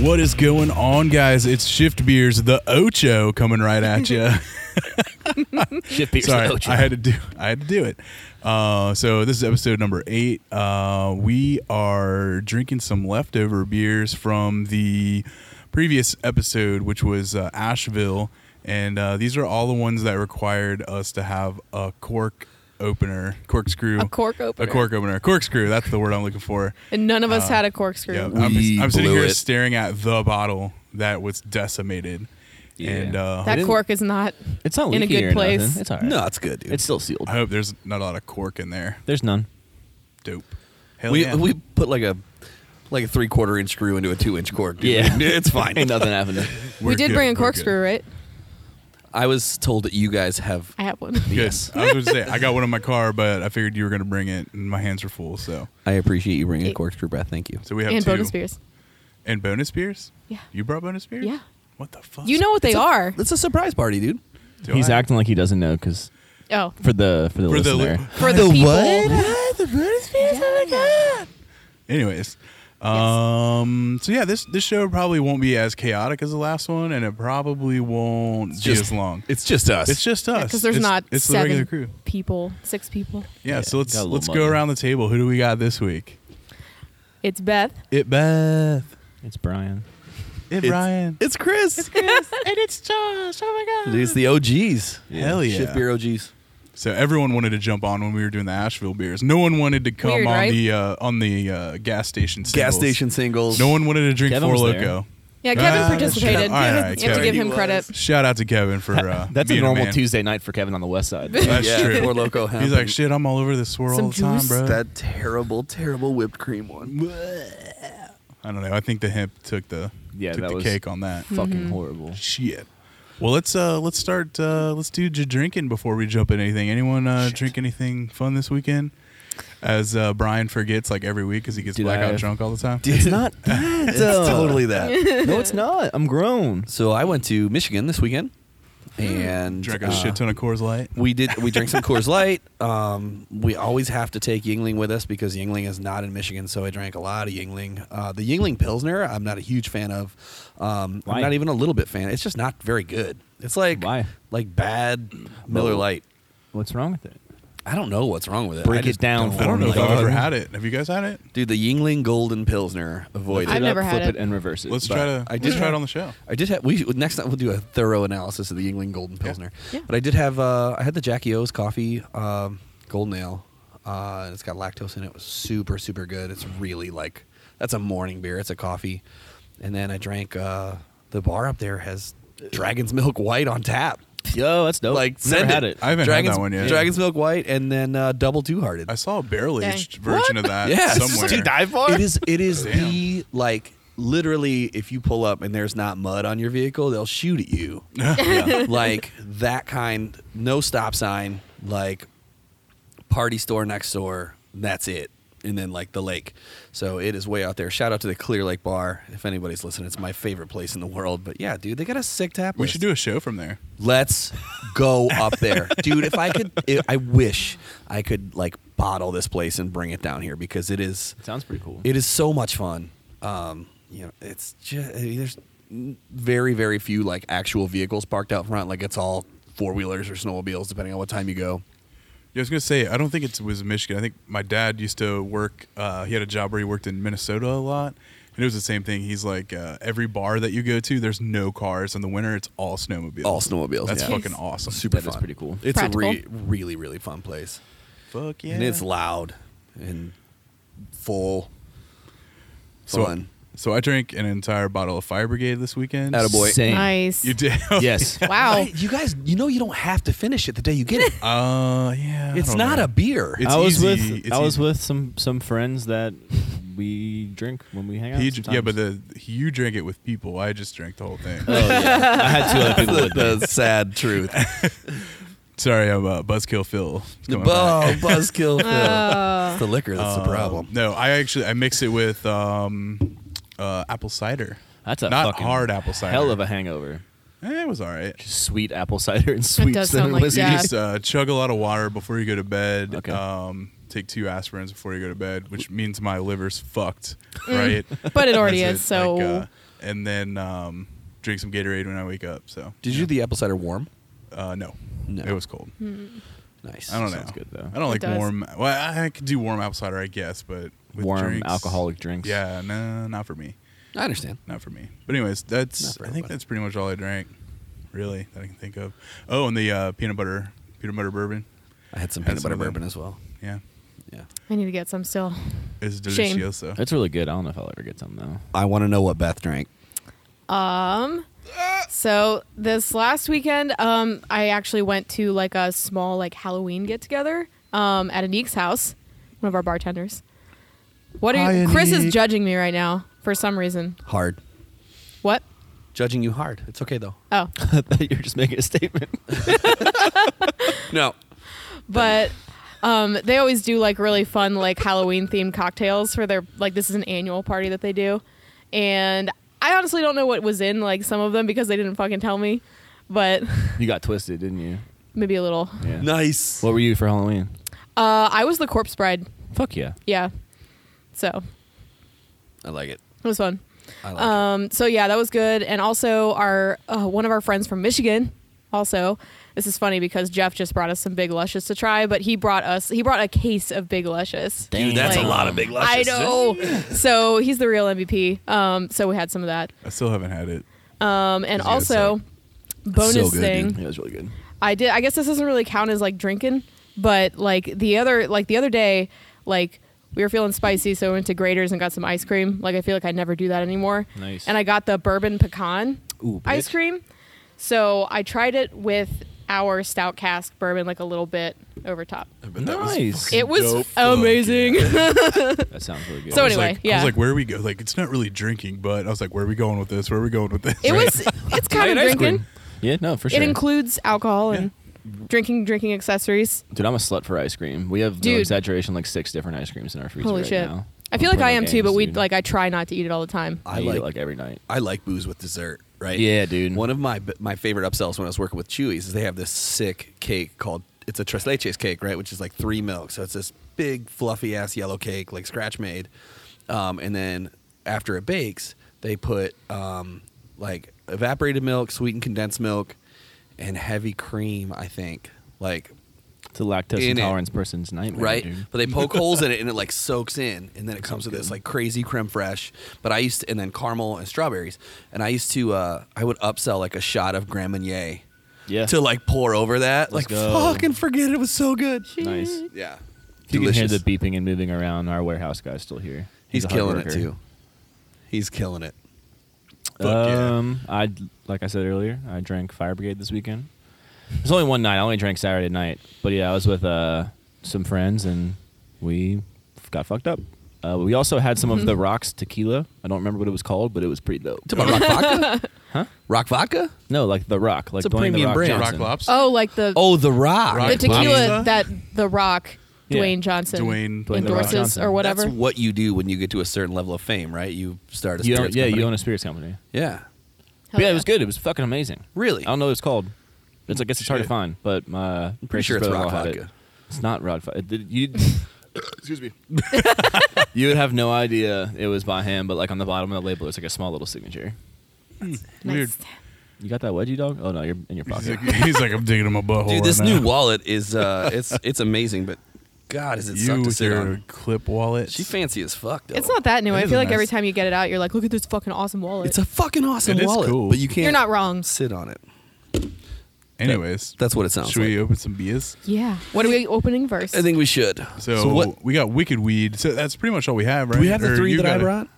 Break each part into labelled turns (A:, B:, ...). A: What is going on, guys? It's Shift Beers, the Ocho, coming right at you.
B: Shift beers
A: Sorry,
B: and Ocho.
A: I had to do. I had to do it. Uh, so this is episode number eight. Uh, we are drinking some leftover beers from the previous episode, which was uh, Asheville, and uh, these are all the ones that required us to have a cork opener, corkscrew,
C: A cork
A: a
C: opener.
A: cork opener, corkscrew. That's the word I'm looking for.
C: And none of us had a corkscrew.
A: Yeah,
D: We
A: I'm, I'm sitting
D: blew
A: here
D: it.
A: staring at the bottle that was decimated,
B: Yeah.
A: and uh,
C: That
D: didn't-
C: cork is not.
B: It's not
C: In a
B: leaky
C: good
B: or
C: place.
B: nothing. It's all right.
D: No, it's good, dude.
B: it's still sealed.
A: I hope there's not a lot of cork in there.
B: There's none.
A: Dope. Hell
D: we
A: Oh, yeah.
D: we put like a like a three quarter inch screw into a two inch cork. Dude.
B: Yeah.
D: it's fine.
B: Ain't nothing happening.
A: We're
C: we did
A: good,
C: bring
A: we're
C: a
A: good.
C: corkscrew, right?
D: I was told that you guys have.
C: I have one.
A: Good.
D: Yes.
A: I was going to say, I got one in my car, but I figured you were going to bring it, and my hands are full. So
D: I appreciate you bringing
C: a
D: corkscrew breath. Thank you.
A: so we have
C: and
A: two.
C: bonus beers.
A: And bonus beers?
C: Yeah.
A: You brought bonus beers?
C: Yeah.
A: What the fuck?
C: You know what they are.
D: It's a surprise party, dude.
A: Do
B: He's
A: I-
B: acting like he doesn't know because
C: Oh,
B: for the for the
A: For the
B: listener.
A: li-
C: for the, people.
D: the bonus beers.
C: Oh my
D: god.
A: Anyways. Um. So yeah, this this show probably won't be as chaotic as the last one, and it probably won't be as long.
D: It's just us.
A: It's just us.
C: Because there's
A: It's-
C: not
A: It's the regular
C: seven
A: crew.
C: people, six people.
A: Yeah.
B: Yeah,
A: so let's
B: got a little
A: let's go
B: muddy.
A: around the table. Who do we got this week?
C: It's Beth.
A: It Beth.
B: It's Brian.
A: It
D: It's-
A: Ryan.
D: It's Chris. It's
A: and it's Josh. Oh my god.
D: the OGs.
A: Hell yeah.
D: Shift beer OGs.
A: So everyone wanted to jump on when we were doing the Asheville beers. No one wanted to come
C: Weird,
A: on
C: right?
A: the uh, on the uh, gas station.
D: Gas
A: singles.
D: station singles.
A: No one wanted to drink
B: Kevin
A: Four
B: was
A: Loco.
C: Yeah, Kevin
A: Ah,
C: participated.
A: all right, all right,
C: you have to give
A: Kevin.
C: him credit.
A: Shout out to Kevin for uh,
B: That's a
A: being
B: normal
A: man.
B: Tuesday night for Kevin on the West Side.
A: That's
D: yeah,
A: true.
D: Four Loko
A: He's like, shit, I'm all over this swirl
C: Some
A: all the time,
C: juice?
A: bro.
D: That terrible, terrible whipped cream one.
A: I don't know. I think the hemp took the
B: Yeah,
A: took
B: that
A: the
B: was-
A: cake on that.
C: Mm-hmm.
B: Fucking horrible.
A: Shit. Well, let's uh let's start uh let's do j- drinking before we jump in anything. Anyone uh, drink anything fun this weekend? As uh, Brian forgets like every week because he gets
B: Did
A: blackout
B: I-
A: drunk all the time.
B: It's not that.
D: It's
B: uh,
D: totally that.
B: No, it's not. I'm grown.
D: So I went to Michigan this weekend, and
A: Drank a
D: uh,
A: shit ton of Coors Light.
D: We did. We drank some Coors Light. Um, we always have to take Yingling with us because Yingling is not in Michigan. So I drank a lot of Yingling. Uh, the Yingling Pilsner, I'm not a huge fan of. Um,
B: Why?
D: I'm not even a little bit fan. It's just not very good. It's like
B: Why?
D: like bad Miller Light.
B: What's wrong with it?
D: I don't know what's wrong with it.
B: Break
D: I
B: it
D: just
B: down
D: don't
A: I don't know if
D: like
A: I've
D: it.
A: ever had it. Have you guys had it?
D: Dude, the Yingling Golden Pilsner. Avoid
B: Flip
C: I've
D: it.
B: up,
C: never had
B: flip
C: it.
B: and reverse it.
A: Let's
D: But
A: try to.
D: I
A: I
D: did
A: just try
D: have-
A: it on the show.
D: I did have. We next time we'll do a thorough analysis of the Yingling Golden Pilsner.
C: Yeah.
D: But I did have. Uh, I had the Jackie O's coffee um, golden ale. Uh, and it's got lactose in it. It was super super good. It's really like that's a morning beer. It's a coffee. And then I drank. Uh, the bar up there has Dragon's Milk White on tap.
B: Yo, that's dope.
D: Like
B: never
D: send
B: had it.
A: I haven't Oh, had
D: Dragon's,
A: that one yet.
D: Dragon's Milk White and then uh, Double Two Hearted.
A: I saw a barrel aged
C: Dang.
A: version of that
D: Yeah, it's just
A: somewhere.
D: what you
B: for?
D: It is. It is
A: Damn.
D: the like literally. If you pull up and there's not mud on your vehicle, they'll shoot at you. Like that kind. No stop sign. Like party store next door. That's it. And then like the lake. So it is way out there. Shout out to the Clear Lake Bar. If anybody's listening, it's my favorite place in the world. But yeah, dude, they got a sick tap.
A: we
D: list.
A: should do a show from there.
D: Let's go up there, dude. If I could, if, I wish I could like bottle this place and bring it down here because it is
B: Sounds pretty cool.
D: it is so much fun. Um, you know, it's just there's very very few like actual vehicles parked out front. Like it's all four wheelers or snowmobiles, depending on what time you go.
A: Yeah, I was gonna say I don't think it was Michigan. I think my dad used to work. Uh, he had a job where he worked in Minnesota a lot, and it was the same thing. He's like uh, every bar that you go to, there's no cars in the winter. It's all snowmobiles.
D: All snowmobiles.
A: That's
D: yeah.
A: fucking awesome.
D: super
B: That is
D: fun.
B: pretty cool.
D: It's a re-
C: Practical.
D: really really fun place,
A: Fuck yeah.
D: and it's loud and full.
A: so,
D: Fun.
A: So I drank an entire bottle of Fire Brigade this weekend.
D: Attaboy. Boy.
B: Same.
C: Nice.
A: You did.
B: Yes.
C: Wow.
D: Hey, you guys, you know you don't have to finish it the day you get it.
A: Uh, yeah. I
D: It's
A: don't
D: not
A: know.
D: a beer.
A: It's
B: I was
A: easy-
B: with
A: it's
B: I was
A: easy.
B: with some some friends that we drink when we hang out.
A: He, dr- yeah, but
B: sometimes.
A: the, you drank it with people. I just drank the whole thing.
B: oh, yeah. I had two other people with me.
D: the, the sad truth.
A: Sorry, I'm uh, Buzzkill Phil. It's
D: The
A: coming
D: bu-
A: back.
D: buzzkill. Phil.
C: Oh.
D: it's the liquor that's the problem.
A: Um, no, I actually I mix it with um, uh, apple cider.
B: That's a
A: not
B: fucking
A: hard apple cider.
B: Hell of a hangover.
A: Eh, it was all right.
B: Just sweet apple cider and sweet
C: does
B: cinnamon
C: sound like
B: whiskey.
A: You
C: Yeah.
A: just uh, chug a lot of water before you go to bed.
B: Okay.
A: Um, take two aspirins before you go to bed, which means my liver's fucked, right?
C: But it already
A: That's
C: is, so-
A: uh, and then um, drink some Gatorade when I wake up. So
D: Did you do the apple cider warm?
A: Uh, no.
D: No.
A: it was cold.
D: Nice.
A: I don't
B: Sounds
A: know.
B: good, though.
A: I don't
C: It
A: like
C: does.
A: warm. Well, I could do warm apple cider, I guess, but with
B: Warm
A: drinks-
B: alcoholic drinks.
A: Yeah, no, not for me.
D: I understand.
A: Not for me. But anyways, that's
D: Not for
A: I think
D: everybody.
A: that's pretty much all I drank, really, that I can think of. Oh, and the uh, peanut butter peanut butter bourbon.
D: I had some
A: Had
D: peanut
A: some
D: butter
A: of them.
D: bourbon as well.
A: Yeah,
D: Yeah.
C: I need to get some still.
A: it's
C: Shame.
A: delicioso.
B: It's really good. I don't know if I'll ever get some though.
D: I want to know what Beth drank.
C: Um, so this last weekend, um, I actually went to like a small like Halloween get together, um, at Anique's house, one of our bartenders. What are you?
A: Hi,
C: Chris
A: Anique.
C: is judging me right now for some reason.
D: Hard.
C: What?
D: Judging you hard. It's okay though.
C: Oh,
B: You're just making a statement.
D: No.
C: but um, they always do like really fun like Halloween themed cocktails for their like this is an annual party that they do, and I honestly don't know what was in like some of them because they didn't fucking tell me, but
B: You got twisted, didn't you?
C: maybe a little.
B: Yeah.
D: Nice.
B: What were you for Halloween?
C: Uh, I was the corpse bride.
B: Fuck yeah.
C: Yeah, so
D: I like it.
C: it was fun.
D: I like
C: Um, so yeah, that was good. And also our uh, one of our friends from Michigan. Also, this is funny because Jeff just brought us some Big Luscious to try, but he brought us he brought a case of Big Luscious.
D: it. Dude, that's
C: like-
D: a lot of big
C: I
D: luscious.
C: know. so he's the real MVP. Um, so we had some of that.
A: I still haven't had it.
C: Um, and
A: It's good
C: also, bonus
D: So good,
C: thing.
D: dude.
B: Yeah, it was really good.
C: I did. I guess this doesn't really count as like drinking, but like the other, like the other day, like we were feeling spicy, so we went to Grader's and got some ice cream. Like I feel like I never do that anymore.
B: Nice.
C: And I got the bourbon pecan
D: Ooh, bitch.
C: ice cream. So I tried it with our stout cask bourbon, like a little bit over top.
A: But that was
B: Nice.
A: fucking
C: It was
A: dope.
C: amazing.
B: That sounds really good.
C: So
A: I was
C: anyway,
A: like, I
C: yeah.
A: was like, where are we go? Like, it's not really drinking, but I was like, where are we going with this? Where are we going with this?
C: it was. It's kind of
D: Right, ice cream.
C: drinking.
B: yeah, no, for sure.
C: It includes alcohol and drinking, drinking accessories.
B: Dude, I'm a slut for ice cream. We have no
C: Dude.
B: exaggeration, like six different ice creams in our freezer
C: Holy
B: right
C: shit!
B: now.
C: I feel like
B: We're
C: I am
B: playing
C: too, but
B: games,
C: we
B: dude.
C: like I try not to eat it all the time.
B: I,
D: I
B: eat
D: like-
B: it like every night.
D: I like booze with dessert, right?
B: Yeah, dude.
D: One of my my favorite upsells when I was working with Chewy's is they have this sick cake called it's a tres leches cake, right? Which is like three milks. So it's this big fluffy ass yellow cake, like scratch made. Um, and then after it bakes, they put um, like evaporated milk, sweetened condensed milk, and heavy cream. I think like
B: It's a lactose
D: In it.
B: intolerance person's nightmare,
D: right?
B: dude.
D: But they poke holes in it and it like soaks in, and then it comes with this like crazy creme fraiche. But I used to, and then caramel and strawberries, and I used to, uh, I would upsell like a shot of Grand Marnier
B: Yeah.
D: to like pour over that,
B: Let's
D: like
B: go.
D: fucking forget it, it was so good.
B: nice.
D: Yeah,
B: You can hear
D: delicious.
B: the beeping and moving around. Our warehouse guy's still here.
D: He's
B: a hard
D: killing it
B: worker.
D: too. He's killing it.
A: Fuck yeah.
B: um, I like I said earlier, I drank Fire Brigade this weekend. There's only one night. I only drank Saturday night, but yeah, I was with uh, some friends and we f- got fucked up. Uh, we also had some
C: Mm-hmm.
B: of the Rocks tequila. I don't remember what it was called, but it was pretty dope.
D: Talking about rock vodka, huh? Rock vodka?
B: No, like the Rock, like
D: It's a
B: Dwayne the
D: premium
B: Rock
D: brand.
A: Rock
B: Johnson.
A: Lops.
C: Oh, like the
D: Oh, the rock.
A: Rock
C: the tequila
A: Lobster?
C: that The Rock,
B: Yeah.
C: Dwayne Johnson,
A: Dwayne- Dwayne The Rock
C: endorses
B: Johnson.
C: or whatever.
D: That's what you do when you get to a certain level of fame, right? You start a
B: You own,
D: spirits
B: yeah, you
D: company.
B: own a spirits company.
D: yeah.
C: Hell
B: yeah, it was good. It was fucking amazing.
D: Really?
B: I don't know what it's called. It's I guess it's hard to
A: Shit.
B: find, but my I'm
D: pretty sure it's rock vodka.
B: It's not rock vodka. You excuse me. you would have no idea it was by him, but like on the bottom of the label, it's like a small little signature.
C: Nice.
A: Weird.
B: You got that wedgie, dog? Oh no, you're in your
A: He's
B: pocket.
A: like, he's like, I'm digging in my butthole.
D: Dude,
A: right
D: this
A: now.
D: new wallet is uh, it's it's amazing, but God, is it
A: You
D: suck to
A: with
D: sit
A: your
D: on?
A: clip wallet.
D: She fancy as fuck. Though.
C: It's not that new.
A: It
C: I
A: is
C: feel like every
A: nice.
C: time you get it out, you're like, look at this fucking awesome wallet.
D: It's a fucking awesome
A: It is
D: wallet,
A: cool.
D: but you can't.
C: you're not wrong.
D: Sit on it.
A: Anyways,
D: That's what it sounds
A: should we
D: like.
A: open some beers?
C: Yeah. What are we opening first?
D: I think we should.
A: So,
D: what?
A: we got Wicked Weed. So that's pretty much all we have, right?
D: Do we have the
A: Or
D: three
A: you
D: that I
A: got it?
D: brought?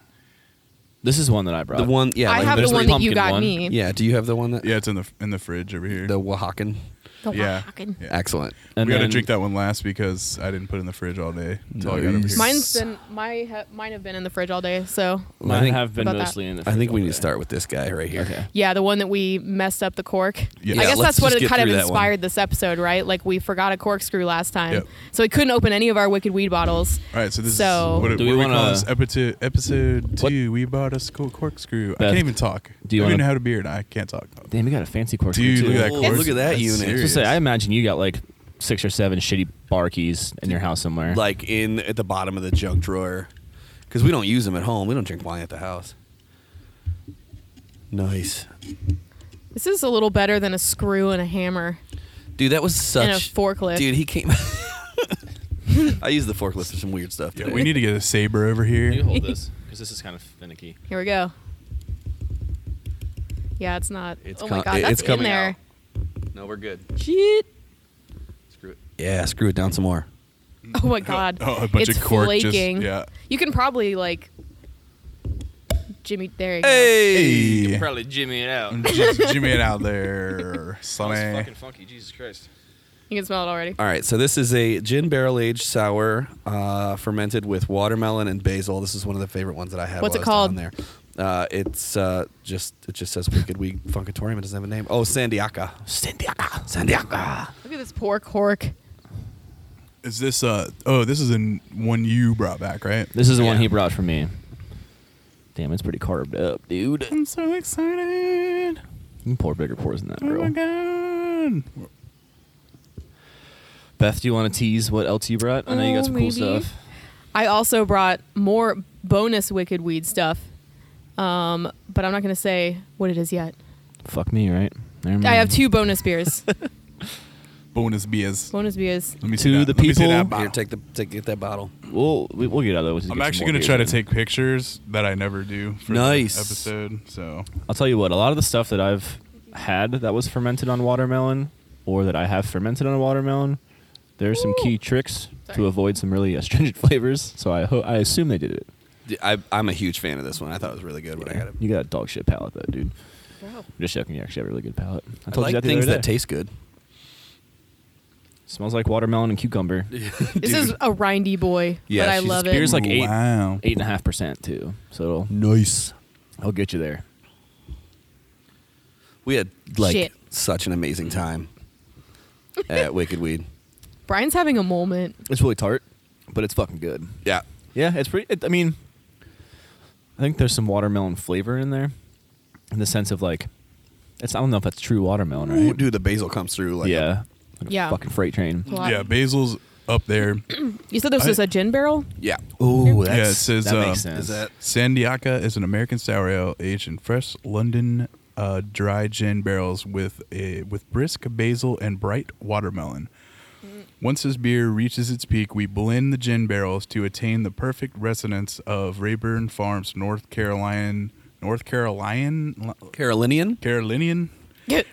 B: This is one that I brought.
D: The one, yeah.
C: I
D: like
C: have the
B: there's
D: there's
C: one
B: the
C: that you
B: pumpkin
C: got
B: one.
C: me.
D: Yeah. Do you have the one that?
A: Yeah, it's in the in the fridge over here.
D: The Oaxacan.
C: The
A: yeah.
C: Oaxacan.
A: Yeah.
D: Excellent.
B: And
A: we got to
B: then-
A: drink that one last because I didn't put it in the fridge all day. That's all I got over
D: Nice.
A: here.
C: Mine's been my ha- mine have been in the fridge all day. So
B: Mine
D: I think-
B: have been
C: About that.
B: mostly in the.
D: I think we need to
B: fridge
D: start with this guy right here.
B: all day. Okay.
C: yeah, the one that we messed up the cork.
A: Yeah.
C: I
A: Yeah,
C: guess
D: let's
C: that's what
D: just
C: it
D: get
C: kind of
D: through that one.
C: inspired this episode, right? Like we forgot a corkscrew last time,
A: Yep.
C: so we couldn't open any of our wicked weed bottles.
A: All right, so this
C: So-
A: is what, it-
B: Do we
A: what we call
B: wanna-
A: this episode, episode
B: What-
A: two. We bought us a cool corkscrew. I
B: Beth,
A: can't even talk.
B: do
A: I
B: you
A: don't
B: wanna-
A: even have a beard. I can't talk.
B: Damn, we got a fancy cork.
A: Dude,
B: too.
A: look at that
D: Ooh,
A: corkscrew.
D: look at that
A: That's
B: I
D: unit.
B: was
A: serious.
B: gonna say, I imagine you got like six or seven shitty bar keys in your house somewhere.
D: Like in at the bottom of the junk drawer, because we don't use them at home. We don't drink wine at the house. Nice.
C: This is a little better than a screw and a hammer.
D: Dude, that was such
C: And a forklift.
D: Dude, he came. I used the forklift for some weird stuff.
A: Yeah,
D: today.
A: we need to get a saber over
B: You
A: here.
B: hold this because this is kind of finicky.
C: Here we go. Yeah, it's not.
D: It's
C: oh
D: com-
C: my god,
D: it-
C: that's
D: it's
C: in
D: coming
C: there.
D: No, we're good.
C: Shit.
D: Screw it. Yeah, screw it down some more.
C: Oh my god.
A: Oh, a bunch
C: it's
A: of cork just-
C: flaking.
A: yeah.
C: You can probably like Jimmy there you go.
D: Hey.
A: Hey,
B: Probably jimmy it out.
A: just jimmy it out there, Sonny.
B: funky. Jesus Christ.
C: You can smell it already.
D: All right, so this is a gin barrel aged sour, uh, fermented with watermelon and basil. This is one of the favorite ones that I had.
C: What's
D: while
C: it called?
D: I was down there, uh, it's uh, just it just says Wicked Weed Funkatorium. It doesn't have a name. Oh, Sandiaka. Sandiaka. Sandiaka.
C: Look at this poor cork.
A: Is this uh? Oh, this is an one you brought back, right?
B: This is the one
D: Yeah.
B: he brought for me. Damn, it's pretty carved up, dude.
A: I'm so excited.
B: You can pour bigger pours than that,
A: Oh
B: bro.
A: my god.
B: Beth, do you want to tease what else you brought? I know you
C: Oh,
B: got some
C: maybe.
B: cool stuff.
C: I also brought more bonus wicked weed stuff. Um, but I'm not gonna say what it is yet.
B: Fuck me, right? Never mind.
C: I have two bonus beers.
A: Bonus beers.
C: bonus beers.
A: Let me
B: To
A: see that.
B: the
A: Let me see
B: people-
A: that bottle.
D: Here, take the take get that bottle.
B: We'll we- we'll get out of the way.
A: I'm actually going to try to take pictures that I never do for
D: Nice.
A: the episode. So
B: I'll tell you what. A lot of the stuff that I've had that was fermented on watermelon, or that I have fermented on watermelon, there's some key tricks to
C: Sorry.
B: avoid some really astringent flavors. So I ho- I assume they did it.
D: D- I, am a huge fan of this one. I thought it was really good when I had it.
B: You got a dog shit palate though, dude.
C: Bro.
B: I'm just joking. You actually have a really good palate. I
D: I
B: told
D: like
B: you that the
D: things
B: other
D: that
B: day.
D: taste good.
B: Smells like watermelon and cucumber.
C: This is a rindy boy,
D: Yeah,
C: but I
D: she's-
C: love
B: Beer's
C: it.
B: like eight
A: Wow.
B: eight and a half percent too. So it'll
D: nice.
B: I'll get you there.
D: We had like
C: Shit.
D: such an amazing time at Wicked Weed.
C: Brian's having a moment.
B: It's really tart, but it's fucking good.
D: Yeah.
B: Yeah, it's pretty. It, I mean, I think there's some watermelon flavor in there, in the sense of like, it's I don't know if that's true watermelon, right?
D: Ooh, dude, the basil comes through. Like
B: yeah, like a
C: Yeah.
B: fucking freight train.
C: Wow.
A: yeah, basil's up there.
C: You said this
A: I-
C: was a gin barrel?
D: yeah. Ooh,
A: yeah, it says
B: that
A: uh,
B: makes sense.
D: is that
A: Sandiaka is an American sour ale aged in fresh London uh, dry gin barrels with a with brisk basil and bright watermelon. Once this beer reaches its peak, we blend the gin barrels to attain the perfect resonance of Rayburn Farms, North Carolina, North Carolina,
D: Carolinian?
A: Carolinian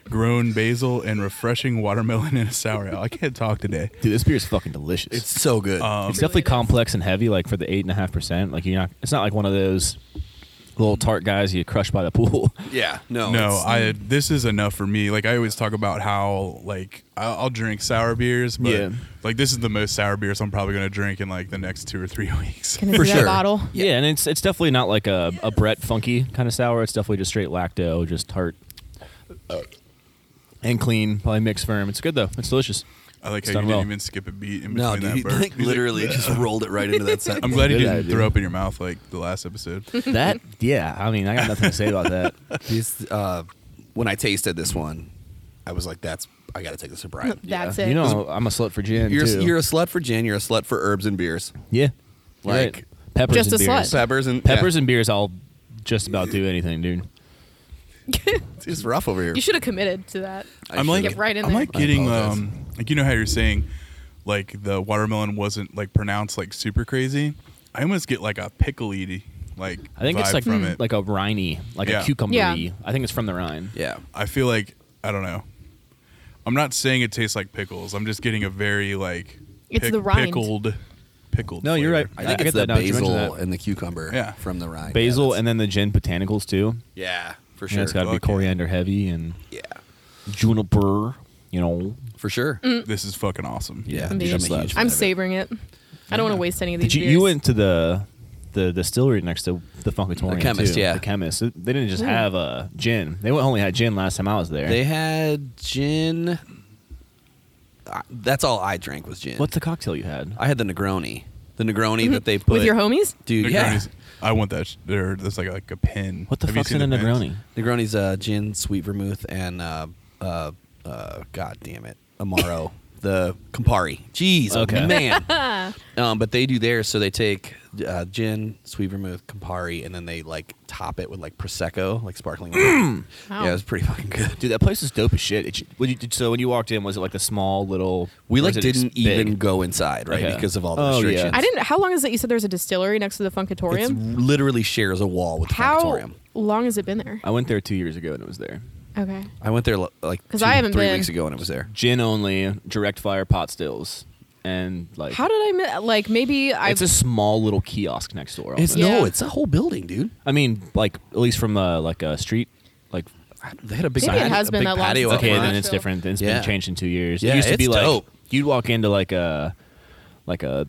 A: grown basil and refreshing watermelon in a sour ale. I can't talk today.
B: Dude, this beer is fucking delicious.
D: It's
B: It's,
D: so good.
A: Um,
B: definitely
C: really is.
B: complex and heavy, like for the eight and a half percent. Like you're not, it's not like one of those little tart guys you crush by the pool.
D: yeah. No.
A: no,
D: it's-
A: I this is enough for me. Like I always talk about how like I'll, I'll drink sour beers, but
B: Yeah.
A: like this is the most sour beers I'm probably gonna drink in like the next two or three weeks.
C: Can I
D: For
C: see
D: sure.
C: that bottle?
B: Yeah, and it's it's definitely not like a, a Brett funky kind of sour. It's definitely just straight lacto, just tart Uh, and clean, probably mixed firm. It's good though. It's delicious.
A: I like how
B: It's
A: you
B: done
A: didn't
B: well.
A: even skip a beat in between
D: No,
A: that
D: dude.
A: burp.
D: Like,
A: He's like,
D: literally just rolled it right into that
A: I'm
D: sentence.
A: glad you
B: Good
A: didn't
B: idea.
A: throw up in your mouth like the last episode.
B: That yeah, I mean, I got nothing to say about that.
D: This, uh, when I tasted this one, I was like, that's, I got to take this to Brian.
C: That's
B: Yeah.
C: it.
B: You know, I'm a slut for gin
D: You're,
B: too.
D: you're a slut for gin. You're a slut for herbs and beers.
B: yeah, You're
D: like-
B: right. peppers
C: Just
B: and
C: a slut.
B: beers.
D: Peppers and
B: Peppers and beers, I'll just about do anything, dude.
D: and it's rough over here.
C: You should have committed to that.
D: I
A: I'm like
D: should've.
C: Get right in
A: I'm
C: there.
A: like
D: I
A: getting
D: apologize.
A: um like you know how you're saying like the watermelon wasn't like pronounced like super crazy. I almost get like a pickle-y like
B: I think
A: vibe
B: it's like mm,
A: from it.
B: like a rhiney, like
A: Yeah.
B: a cucumber.
C: Yeah.
B: I think it's from the Rhine.
D: Yeah.
A: I feel like I don't know. I'm not saying it tastes like pickles. I'm just getting a very like
C: It's the rind.
A: pickled pickled.
B: No, you're
A: flavor.
B: right.
D: I think
B: I
D: it's
B: get
D: the
B: that now that you mention
D: basil
B: that.
D: and the cucumber
A: Yeah.
D: from the rind.
B: Basil
D: yeah,
B: and then the gin botanicals too.
D: Yeah, for
B: Yeah,
D: sure.
B: it's got to be
A: Fuck yeah.
B: coriander heavy and
D: yeah,
B: juniper. You know,
D: for sure.
A: This is fucking awesome.
D: Yeah,
C: I'm,
D: dude,
C: being-
D: I'm a huge fan
C: Mm, I'm
D: of it.
C: savoring it. I don't want to waste any of these
B: Did you,
C: beers.
B: you went to the the distillery next to the Funkatorium?
D: The chemist,
B: too.
D: yeah.
B: the chemist. They didn't just have uh, gin. They only had gin last time I was there.
D: They had gin. I- That's all I drank was gin.
B: What's the cocktail you had?
D: I had the Negroni. The Negroni that they put
C: Mm-hmm. with your homies?
D: dude. Yeah,
A: Negroni's- I want that. sh- There, that's like like a pin.
B: What the
A: Have you
B: fuck's
A: seen
B: in a
A: the pins?
B: Negroni?
D: Negroni's uh, gin, sweet vermouth, and uh, uh, uh, God damn it, Amaro, the Campari. Jeez,
B: Okay.
D: man,
C: Yeah.
D: Um, but they do theirs, so they take uh, gin, sweet vermouth, Campari, and then they like top it with like prosecco, like sparkling. wine.
C: Wow.
D: Yeah, it was pretty fucking good.
B: Dude, that place Mm. is dope as shit. It, when you, so when you walked in, was it like a small little?
D: We
B: or
D: like
B: is it
D: didn't
B: big?
D: even go inside, right?
B: Okay.
D: Because of all the
B: Oh, yeah.
D: restrictions.
C: I didn't. How long is it? You said there's a distillery next to the
D: It
C: Funkatorium.
D: literally shares a wall with the
C: How
D: auditorium.
C: long has it been there?
B: I went there two years ago and it was there.
C: Okay.
D: I went there lo- like
C: 'Cause
D: two,
C: I haven't
D: three
C: been.
D: weeks ago, and it was there.
B: Gin only, direct fire pot stills, and like
C: How did I mi- like? Maybe I.
B: it's a small little kiosk next door.
D: It's
B: almost.
D: no,
C: Yeah.
D: it's a whole building, dude.
B: I mean, like at least from uh, like a street, like
D: I- They had a big,
C: Maybe it
D: patio-
C: has
D: a
C: been
D: big
C: that long
D: patio.
C: since
D: out
B: okay,
C: I've
D: front.
B: then it's
C: Nashville.
B: different. It's
D: Oh, Yeah.
B: been changed in two years.
D: Yeah,
B: it used to be
D: it's
B: like
D: dope.
B: you'd walk into like a like a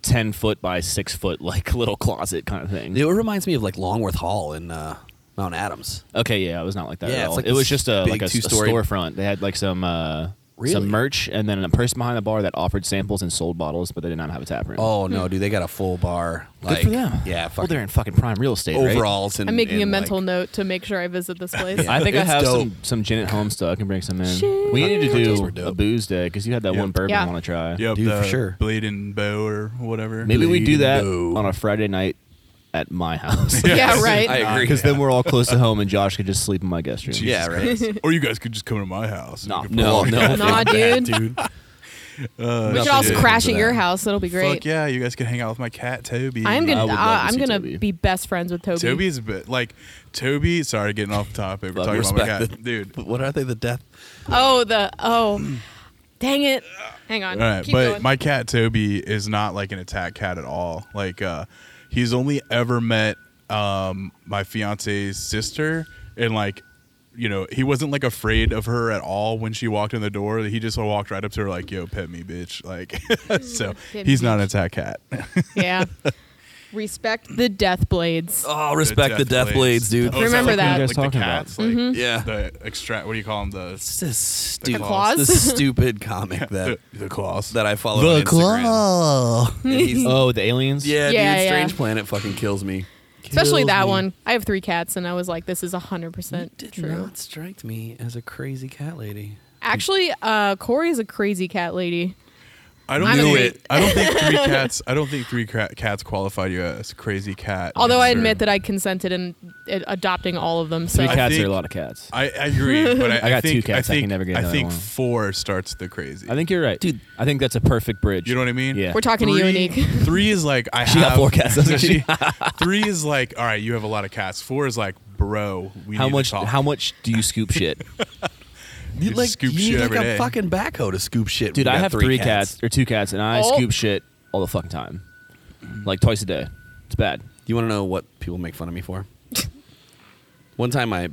B: ten foot by six foot like little closet kind of thing.
D: It reminds me of like Longworth Hall in uh, Mount Adams.
B: Okay, yeah, it was not like that
D: Yeah,
B: at
D: it's
B: all.
D: like
B: it was
D: this
B: just a
D: big
B: like a, s- a
D: two-story-
B: storefront. They had like some uh,
D: Really?
B: some merch, and then a person behind the bar that offered samples and sold bottles, but they did not have a tap room.
D: Oh
C: Hmm.
D: no, dude, they got a full bar.
B: good
D: Like,
B: for them.
D: Yeah, fucking
B: well, they're in fucking prime real estate. right?
D: overalls and
C: I'm making
D: and,
C: a mental
D: like,
C: note to make sure I visit this place.
D: Yeah.
B: I think I
D: It's
B: have
D: dope.
B: some, some gin at home still. I can bring some in.
C: Shit.
B: We needed
D: Cocktails
B: to
D: were
B: do a
D: dope.
B: booze day because you had that
A: Yeah.
B: one bourbon
C: Yeah.
B: I want to try.
A: Yep,
D: Dude, for
A: the
D: sure.
A: Blade and Bow or whatever.
B: Maybe we do that
D: Bleeding bow.
B: on a Friday night at my house.
C: Yeah, right.
D: I agree.
B: Because then we're all close to home and Josh could just sleep in my guest room.
D: Yeah, right.
A: or you guys could just come to my house. and
B: No,
A: we could probably-
B: no, no.
C: Nah, dude.
A: Uh,
C: We should
D: Nothing
C: all
D: to
C: crash
D: do
C: at
D: for
C: your
D: that.
C: house. That'll be great.
A: Fuck yeah, you guys can hang out with my cat Toby.
C: I'm
B: I
C: gonna.
B: would love to
C: uh, I'm
B: see
C: gonna
B: Toby.
C: be best friends with Toby.
A: Toby is a bit like Toby. Sorry, getting off topic. We're
D: But
A: talking about my
D: respect
A: cat,
D: the-
A: dude.
D: But what are they? The death?
C: Oh the oh, dang it! Hang on.
A: All right,
C: Keep
A: but
C: going.
A: my cat Toby is not like an attack cat at all. Like uh he's only ever met um my fiance's sister and like you know, he wasn't like afraid of her at all when she walked in the door. He just walked right up to her like, "Yo, pet me, bitch." Like so
C: Mm-hmm. Pet
A: he's
C: me,
A: not an attack cat.
C: yeah. Respect the death blades.
D: Oh, respect the death blades, dude.
A: Oh, is like the-
C: Remember that.
A: like
C: Mm-hmm.
B: Guys talking
A: the
B: about.
A: cats, like
D: Yeah.
A: the extract what do you call them the
D: It's this stupid,
C: claws?
D: this stupid comic that
A: the claws.
D: that I follow. on
B: The
D: Instagram.
B: claw.
D: And he's-
B: Oh, the aliens?
D: yeah,
C: Yeah,
D: dude.
C: yeah.
D: Strange Planet fucking kills me.
C: Especially
D: Kills
C: that
D: me.
C: one. I have three cats, and I was like, this is 100%
D: You did
C: true.
D: not strike me as a crazy cat lady.
C: Actually, uh, Corey's a crazy cat lady.
D: Oh,
A: I don't
C: I'm
A: think
C: agreed.
A: I don't think three cats. I don't think three cra- cats qualified you as crazy cat.
C: Although I
A: Sure.
C: admit that I consented in in adopting all of them. So
B: Three
A: I
B: cats
A: think-
B: are a lot of cats.
A: I,
B: I,
A: I agree, but I,
B: I got two
A: think,
B: cats, I
A: I
B: can
A: think
B: never get
A: I
B: another
A: think
B: one.
A: four starts the crazy.
B: think you're right.
D: Dude.
B: I think that's a perfect bridge.
A: you know what I mean.
B: Yeah.
C: we're talking to you,
A: Three-
C: Unique.
A: Three is like I
B: She got
A: have
B: four cats, doesn't she?
A: three is like all right. You have a lot of cats. Four is like bro. We
B: how
A: need
B: much
A: To talk.
B: how much do you scoop shit?
D: You
A: just
D: like
A: scoop
D: you
A: shit
D: need like
A: every
D: a
A: day.
D: fucking backhoe to scoop shit.
B: Dude,
D: You
B: I
D: got
B: have three, cats. or two cats, and I
C: Oh.
B: scoop shit all the fucking time, like twice a day. It's bad.
D: You want to know what people make fun of me for? one time I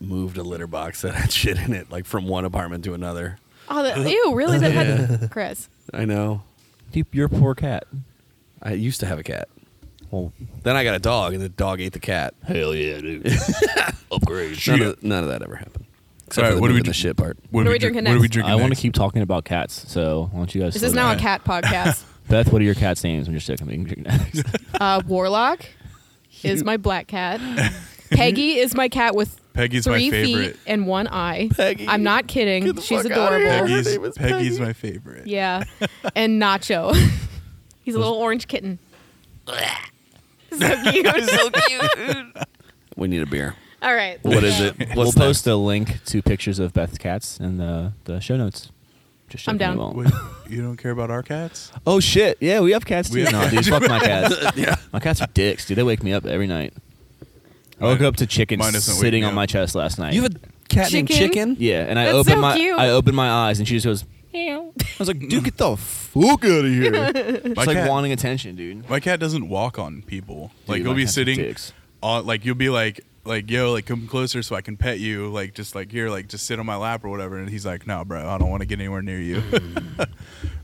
D: moved a litter box that had shit in it, like from one apartment to another.
C: oh, that, ew, really? That had, Chris.
D: I know.
B: You're a poor cat.
D: I used to have a cat.
B: Well,
D: Then I got a dog, and the dog ate the cat.
B: hell yeah, dude. Upgrade.
D: None,
A: Yeah.
D: of, none of that ever happened. Except
A: All right,
D: for the,
A: what do we
D: moving
A: do-
D: the shit part.
A: What are
C: What are
A: we
C: we drinking
A: What are
C: next?
A: we drinking
B: I want
A: next?
B: to keep talking about cats, so why don't you guys?
C: This
B: slow
C: is now a
B: down.
C: cat podcast.
B: Beth, what are your cats' names when you're sick? I'm drinking next.
C: Uh, Warlock is my black cat. Peggy is my cat with
A: Peggy's my
C: three
A: favorite.
C: feet and one eye.
D: Peggy.
C: I'm not kidding.
D: Get the
C: She's
D: fuck outta here.
C: adorable.
D: Peggy.
A: Peggy's,
D: name is
A: Peggy's
D: Peggy.
A: my favorite.
C: Yeah. And Nacho. He's a little orange kitten. so cute. so cute.
D: We need a beer.
C: All right.
D: What is it? What's
B: we'll
D: that?
B: post a link to pictures of Beth's cats in the, the show notes. Just
C: I'm
B: checking
C: down.
B: we won't.
A: Wait, you don't care about our cats?
B: Oh shit! Yeah, we have cats
A: We
B: too.
A: have
B: No, dude,
A: cats.
B: fuck my cats.
D: yeah.
B: My cats are dicks, dude. They wake me up every night. I
A: Mine-
B: woke up to chickens
A: mine doesn't wake
B: sitting
A: me
B: on
A: up.
B: my chest last night.
D: You have a cat named
C: Chicken?
D: Chicken?
B: yeah, and I
C: That's
B: opened
C: so
B: my
C: cute.
B: I opened my eyes and she just goes. "Meow." I was like, dude, get the fuck out of here. It's
A: My
B: like
A: cat-
B: wanting attention, dude.
A: My cat doesn't walk on people. Like
B: Dude,
A: he'll
B: my
A: be
B: cat's
A: sitting
B: dicks.
A: on like you'll be like like yo, like come closer so I can pet you, like just like here, like just sit on my lap or whatever and he's like, No bro, I don't want to get anywhere near you.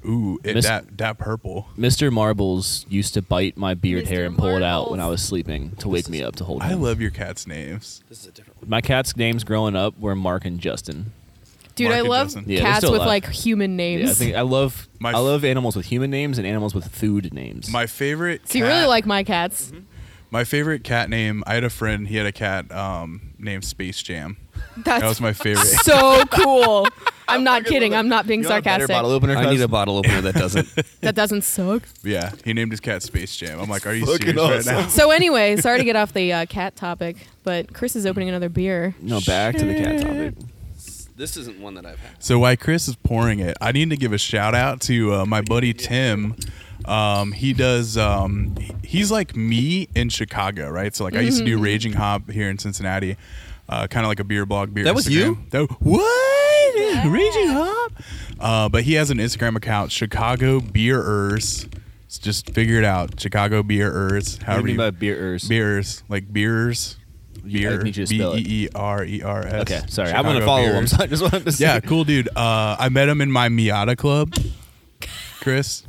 A: Ooh, it,
B: Mis-
A: that that purple.
B: Mr. Marbles used to bite my beard hair
C: Mr.
B: and pull it out when I
C: Marbles.
B: was sleeping to wake me up to hold
A: I
B: him.
A: love your cat's names.
D: This is a different
B: my cat's names growing up were Mark and Justin.
C: Dude, I
A: Mark and
C: love
A: Justin.
B: Yeah, they're
C: cats
B: still
C: with
B: alive.
C: like human names.
B: Yeah, I think I love
A: My
B: I
A: f-
B: love animals with human names and animals with food names.
A: My favorite
C: so you really
A: cat-
C: like my cats.
B: Mm-hmm.
A: my favorite cat name, I had a friend, he had a cat um named Space Jam.
C: That's
A: That was my favorite.
C: so cool. I'm not kidding. I'm not being sarcastic.
B: bottle opener.
D: I need a bottle opener that doesn't.
C: That doesn't suck.
A: Yeah, he named his cat Space Jam. I'm like, are you
B: Fucking
A: serious
B: awesome.
A: right now?
C: So anyway, sorry to get off the uh, cat topic, but Chris is opening another beer.
B: No, back to the cat topic.
D: this isn't one that I've had.
A: So while Chris is pouring it, I need to give a shout out to uh, my buddy Tim. Um, he does. Um, he's like me in Chicago, right? So like I used to do Raging Hop here in Cincinnati, uh, kind of like a beer blog beer.
D: That was
A: Instagram.
D: you?
A: That- what? Raging Hop. Uh, but he has an Instagram account, Chicago Beerers. So just figure it out, Chicago Beerers.
B: What do
A: However
B: you mean by beerers?
A: Beers, like beers.
B: You- I
A: Beer,
B: need you to
A: B
B: spell
A: E
B: it.
A: E R E R S.
B: Okay, sorry.
A: Chicago
B: I want to follow him.
A: beers.
B: So I just wanted to see.
A: Yeah, cool dude. Uh, I met him in my Miata club. Chris,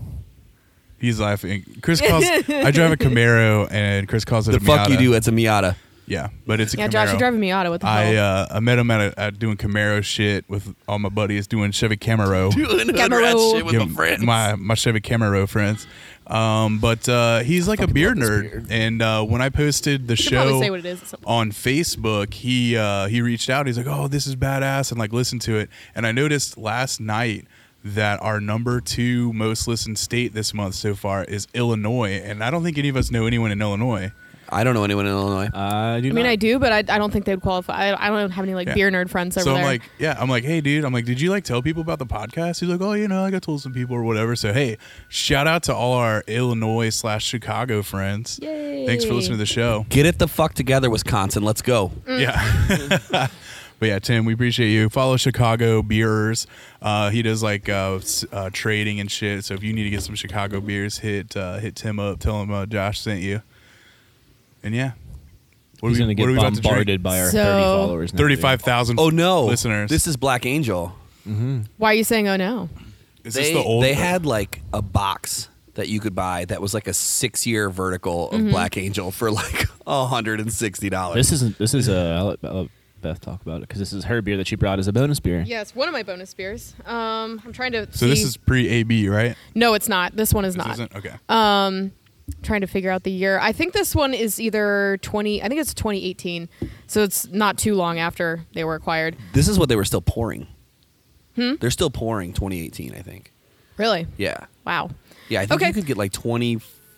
A: he's laughing. Chris calls. I drive a Camaro, and Chris calls it
D: The
A: a
D: fuck you
A: Miata.
D: do? It's a Miata.
A: Yeah, but it's a
C: Yeah,
A: Camaro.
C: Josh, you're driving Miata. What the hell?
A: I uh, I met him at, a, at doing Camaro shit with all my buddies doing Chevy Camaro.
D: Doing hood
C: Camaro.
D: rat shit with
A: Yeah,
D: my friends.
A: My my Chevy Camaro friends. Um, but uh, he's like a beer nerd, and uh, when I posted the
C: should probably
A: show
C: say what it is at some point.
A: on Facebook, he uh, he reached out. He's like, "Oh, this is badass," and like listen to it. And I noticed last night that our number two most listened state this month so far is Illinois, and I don't think any of us know anyone in Illinois.
D: I don't know anyone in Illinois.
B: Uh, I do
C: I mean,
B: not.
C: I do, but I, I don't think they'd qualify. I, I don't have any like
A: Yeah.
C: beer nerd friends over
A: so
C: there.
A: I'm like, yeah, I'm like, hey, dude, I'm like, did you like tell people about the podcast? He's like, oh, you know, like I told some people or whatever. So hey, shout out to all our Illinois slash Chicago friends.
C: Yay.
A: Thanks for listening to the show.
D: Get it the fuck together, Wisconsin. Let's go.
A: Mm.
C: Mm.
A: Yeah. but yeah, Tim, we appreciate you. Follow Chicago Beers. Uh, he does like uh, s- uh, trading and shit. So if you need to get some Chicago beers, hit uh, hit Tim up. Tell him uh, Josh sent you. And yeah, what
B: He's
A: are we,
B: gonna get
A: what are we about to drink?
B: bombarded by our
C: So-
B: thirty followers. now, dude.
A: Thirty-five thousand.
D: Oh no,
A: listeners!
D: This is Black Angel.
C: Why are you saying oh no?
A: is
D: they,
A: this the old?
D: they had like a box that you could buy that was like a six year vertical of Black Angel for like hundred and sixty dollars.
B: This isn't. This is uh, I'll let, I'll let Beth talk about it because this is her beer that she brought as a bonus beer.
C: Yeah, it's one of my bonus beers. Um, I'm trying to.
A: So this is pre-AB, right?
C: no, it's not. This one is
A: This
C: not. Um,
A: isn't okay.
C: trying to figure out the year. I think this one is either 20. I think it's 2018. So it's not too long after they were acquired.
D: This is what they were still pouring. They're still pouring 2018, I think.
C: Really?
D: Yeah,
C: Wow.
D: yeah. I think
C: Okay.
D: you could get like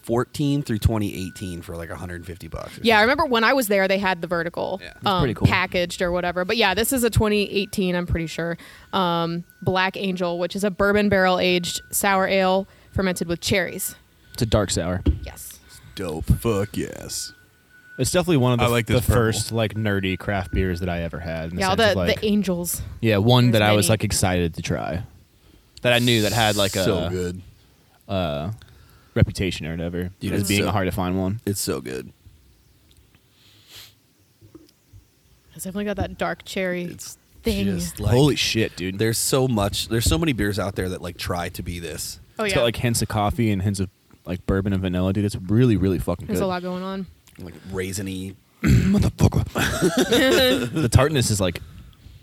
D: 2014 through 2018 for like 150 bucks. or
C: Yeah, I
D: something.
C: remember when I was there, they had the vertical
D: Yeah. That's
C: um,
B: pretty cool.
C: packaged or whatever. But yeah, this is a 2018, I'm pretty sure. Um, Black Angel, which is a bourbon barrel aged sour ale fermented with cherries.
B: It's a dark sour.
C: Yes.
A: Dope. Fuck yes.
B: It's definitely one of the,
A: I like
B: the
A: this purple.
B: first like nerdy craft beers that I ever had. in the
C: yeah, all
B: sense
C: the,
B: of, like-
C: the angels.
B: yeah, one that
C: There's
B: I was
C: many.
B: like excited to try, that I knew that had like a
D: so good.
B: reputation or whatever
D: Dude,
B: as
D: it's
B: being
D: so-
B: a hard to find one.
D: It's so good.
C: It's definitely got that dark cherry
D: It's
C: thing.
D: just like
B: Holy shit, dude!
D: There's so much. There's so many beers out there that like try to be this.
C: oh,
B: It's
C: yeah.
B: got like hints of coffee and hints of like bourbon and vanilla, dude. It's really, really fucking
C: There's
B: good.
C: a lot going on.
D: like raisiny.
B: Motherfucker. the tartness is like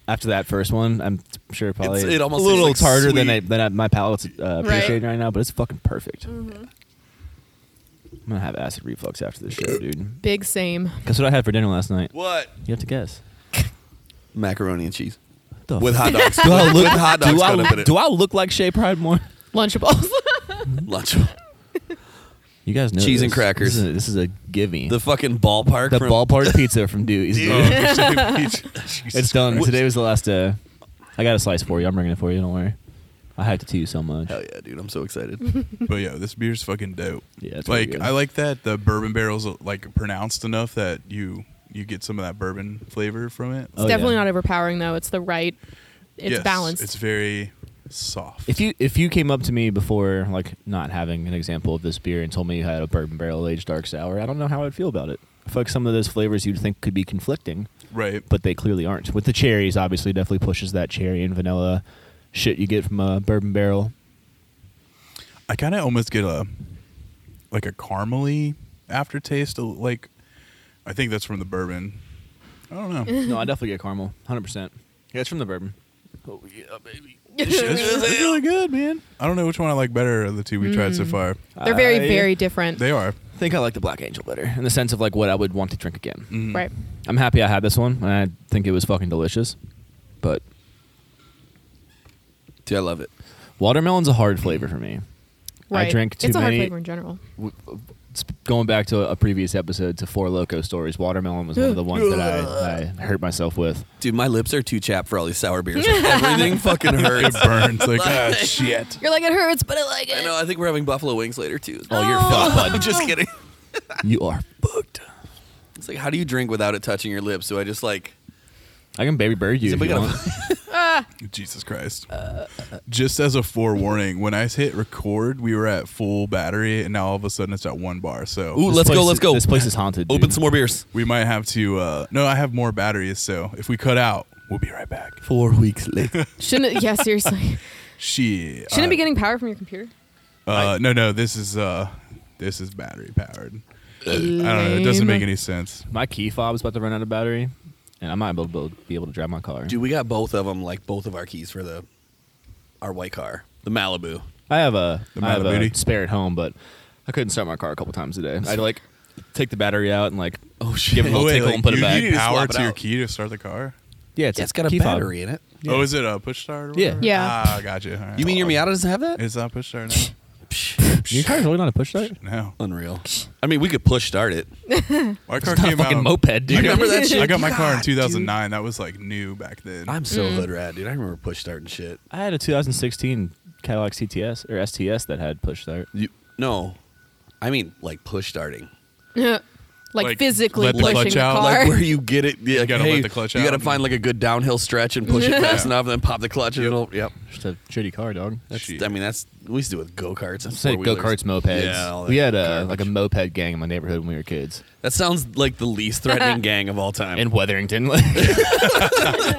B: after that first one, I'm sure probably
D: It's- it almost
B: a little
D: tastes like
B: tartar than
D: sweet.
B: I, than I, my palate's uh,
C: Right.
B: appreciating right. now, but it's fucking perfect. I'm gonna have acid reflux after this show, dude.
C: Big same.
B: Guess what I had for dinner last night?
D: What?
B: You have to guess.
D: Macaroni and cheese
B: The
D: with
B: f-
D: hot dogs.
B: do I
D: With-
B: look
D: with hot dogs
B: do
D: cut up in
B: I,
D: it.
B: do I look like Shea Pride more?
C: Lunchables.
D: Lunch.
B: You guys know
D: Cheese and
B: this.
D: crackers.
B: This is a, this is a gimme.
D: The fucking ballpark.
B: The
D: from-
B: ballpark pizza from Dewey's.
D: Dude.
B: dude.
A: Oh, Jesus
B: It's done.
A: Christ.
B: Today was the last day. I got a slice for you. I'm bringing it for you. Don't worry. I had to to you so much.
D: Hell yeah, dude! I'm so excited.
A: But yeah, this beer's fucking dope.
B: Yeah, it's really
A: like
B: good.
A: I like that the bourbon barrels uh, like pronounced enough that you you get some of that bourbon flavor from it.
B: Oh,
C: It's definitely
B: yeah.
C: not overpowering though. It's the right. It's
A: Yes,
C: balanced.
A: It's very soft.
B: If you if you came up to me before like not having an example of this beer and told me you had a bourbon barrel aged dark sour, I don't know how I'd feel about it. I feel like some of those flavors you'd think could be conflicting,
A: right.
B: but they clearly aren't. With the cherries, obviously, definitely pushes that cherry and vanilla shit you get from a bourbon barrel.
A: I kind of almost get a like a caramely aftertaste. of, Like I think that's from the bourbon. I don't know.
B: No, I definitely get caramel, hundred percent. Yeah, it's from the bourbon.
A: it's, it's really good, man. I don't know which one I like better of the two we tried so
C: Mm-hmm.
A: far.
C: They're very,
B: I
C: very different.
A: They are.
B: I think I like the Black Angel better in the sense of like what I would want to drink again.
A: Mhm.
C: Mm. right.
B: I'm happy I had this one, and I think it was fucking delicious. But
D: Dude, I love it.
B: Watermelon's a hard flavor for me.
C: Right.
B: I drank too
C: It's a hard
B: many-
C: flavor in general.
B: It's going back to a previous episode to Four Loco Stories, watermelon was one of the ones that I, I hurt myself with.
D: Dude, my lips are too chapped for all these sour beers. Everything fucking
A: it
D: hurts.
A: burns like ah shit.
C: You're like it hurts, but I like it.
D: I know. I think we're having buffalo wings later too.
B: Oh, you're fucked, bud.
D: I'm just kidding.
B: You are booked.
D: It's like, how do you drink without it touching your lips? Do I just like?
B: I can baby bird you.
D: So
B: if
D: we
B: you
D: gotta-
B: want.
A: Jesus Christ. Just as a forewarning, when I hit record, we were at full battery, and now all of a sudden it's at one bar. So
D: Ooh,
B: This
D: let's
B: place
D: go.
B: is-
D: Let's go.
B: This place is haunted.
D: Open
B: dude.
D: some more beers.
A: we might have to. Uh, no, I have more batteries, so if we cut out, we'll be right back.
D: Four weeks later.
C: Shouldn't it, yeah, seriously.
A: Shit.
C: Shouldn't it be
A: I-
C: getting power from your computer?
A: Uh, no, no. This is uh, this is battery powered. I don't know. It doesn't make any sense.
B: My key fob's about to run out of battery, and I might be able to, be able to drive my car.
D: Dude, we got both of them. Like both of our keys for the our white car, the Malibu.
B: I have a
A: The
B: I have
A: Mata
B: a
A: Booty.
B: spare at home, but I couldn't start my car a couple times a day. I'd like take the battery out and like oh shit, give it a little
A: wait,
B: tickle
A: like,
B: and put it
A: you
B: back.
A: need
D: You swap
A: power
D: it
A: to your
D: out.
A: key to start the car.
B: yeah, it's,
D: Yeah,
B: a
D: it's got a
B: key fob.
D: battery in it.
A: Oh, is it a push start? Or
B: Yeah.
A: whatever?
C: Yeah.
A: Ah, gotcha. All right. Um,
D: You mean your Miata doesn't have that?
A: It's not push start now.
B: Your car's really not a push start.
A: No,
D: Unreal. I mean, we could push start it.
A: my car
B: It's not a
A: came
B: fucking
A: out.
B: moped, dude.
D: Remember that shit?
A: I got my car in
D: God, dude.
A: 2009. That was like new back then.
D: I'm so hood rat, dude. I remember push start and shit.
B: I had a 2016 Cadillac CTS or STS that had push start.
D: You, no, I mean like push starting.
C: like,
A: Like,
C: physically
A: let the
C: pushing
A: clutch
C: the
A: out,
C: car.
D: Like where you get it, yeah,
A: You gotta
D: hey,
A: let the clutch
D: You gotta
A: out.
D: find like a good downhill stretch and push it fast
A: Yeah.
D: enough, and then pop the clutch. And it'll, yep.
B: Just a shitty car, dog.
D: That's,
A: Shit.
D: I mean, that's we used to do it with go karts and
B: Say go
D: four-wheelers.
B: karts, mopeds.
D: Yeah, all that
B: we had a like a
D: garbage.
B: moped gang in my neighborhood when we were kids
D: That sounds like the least threatening gang of all time.
B: in Weatherington.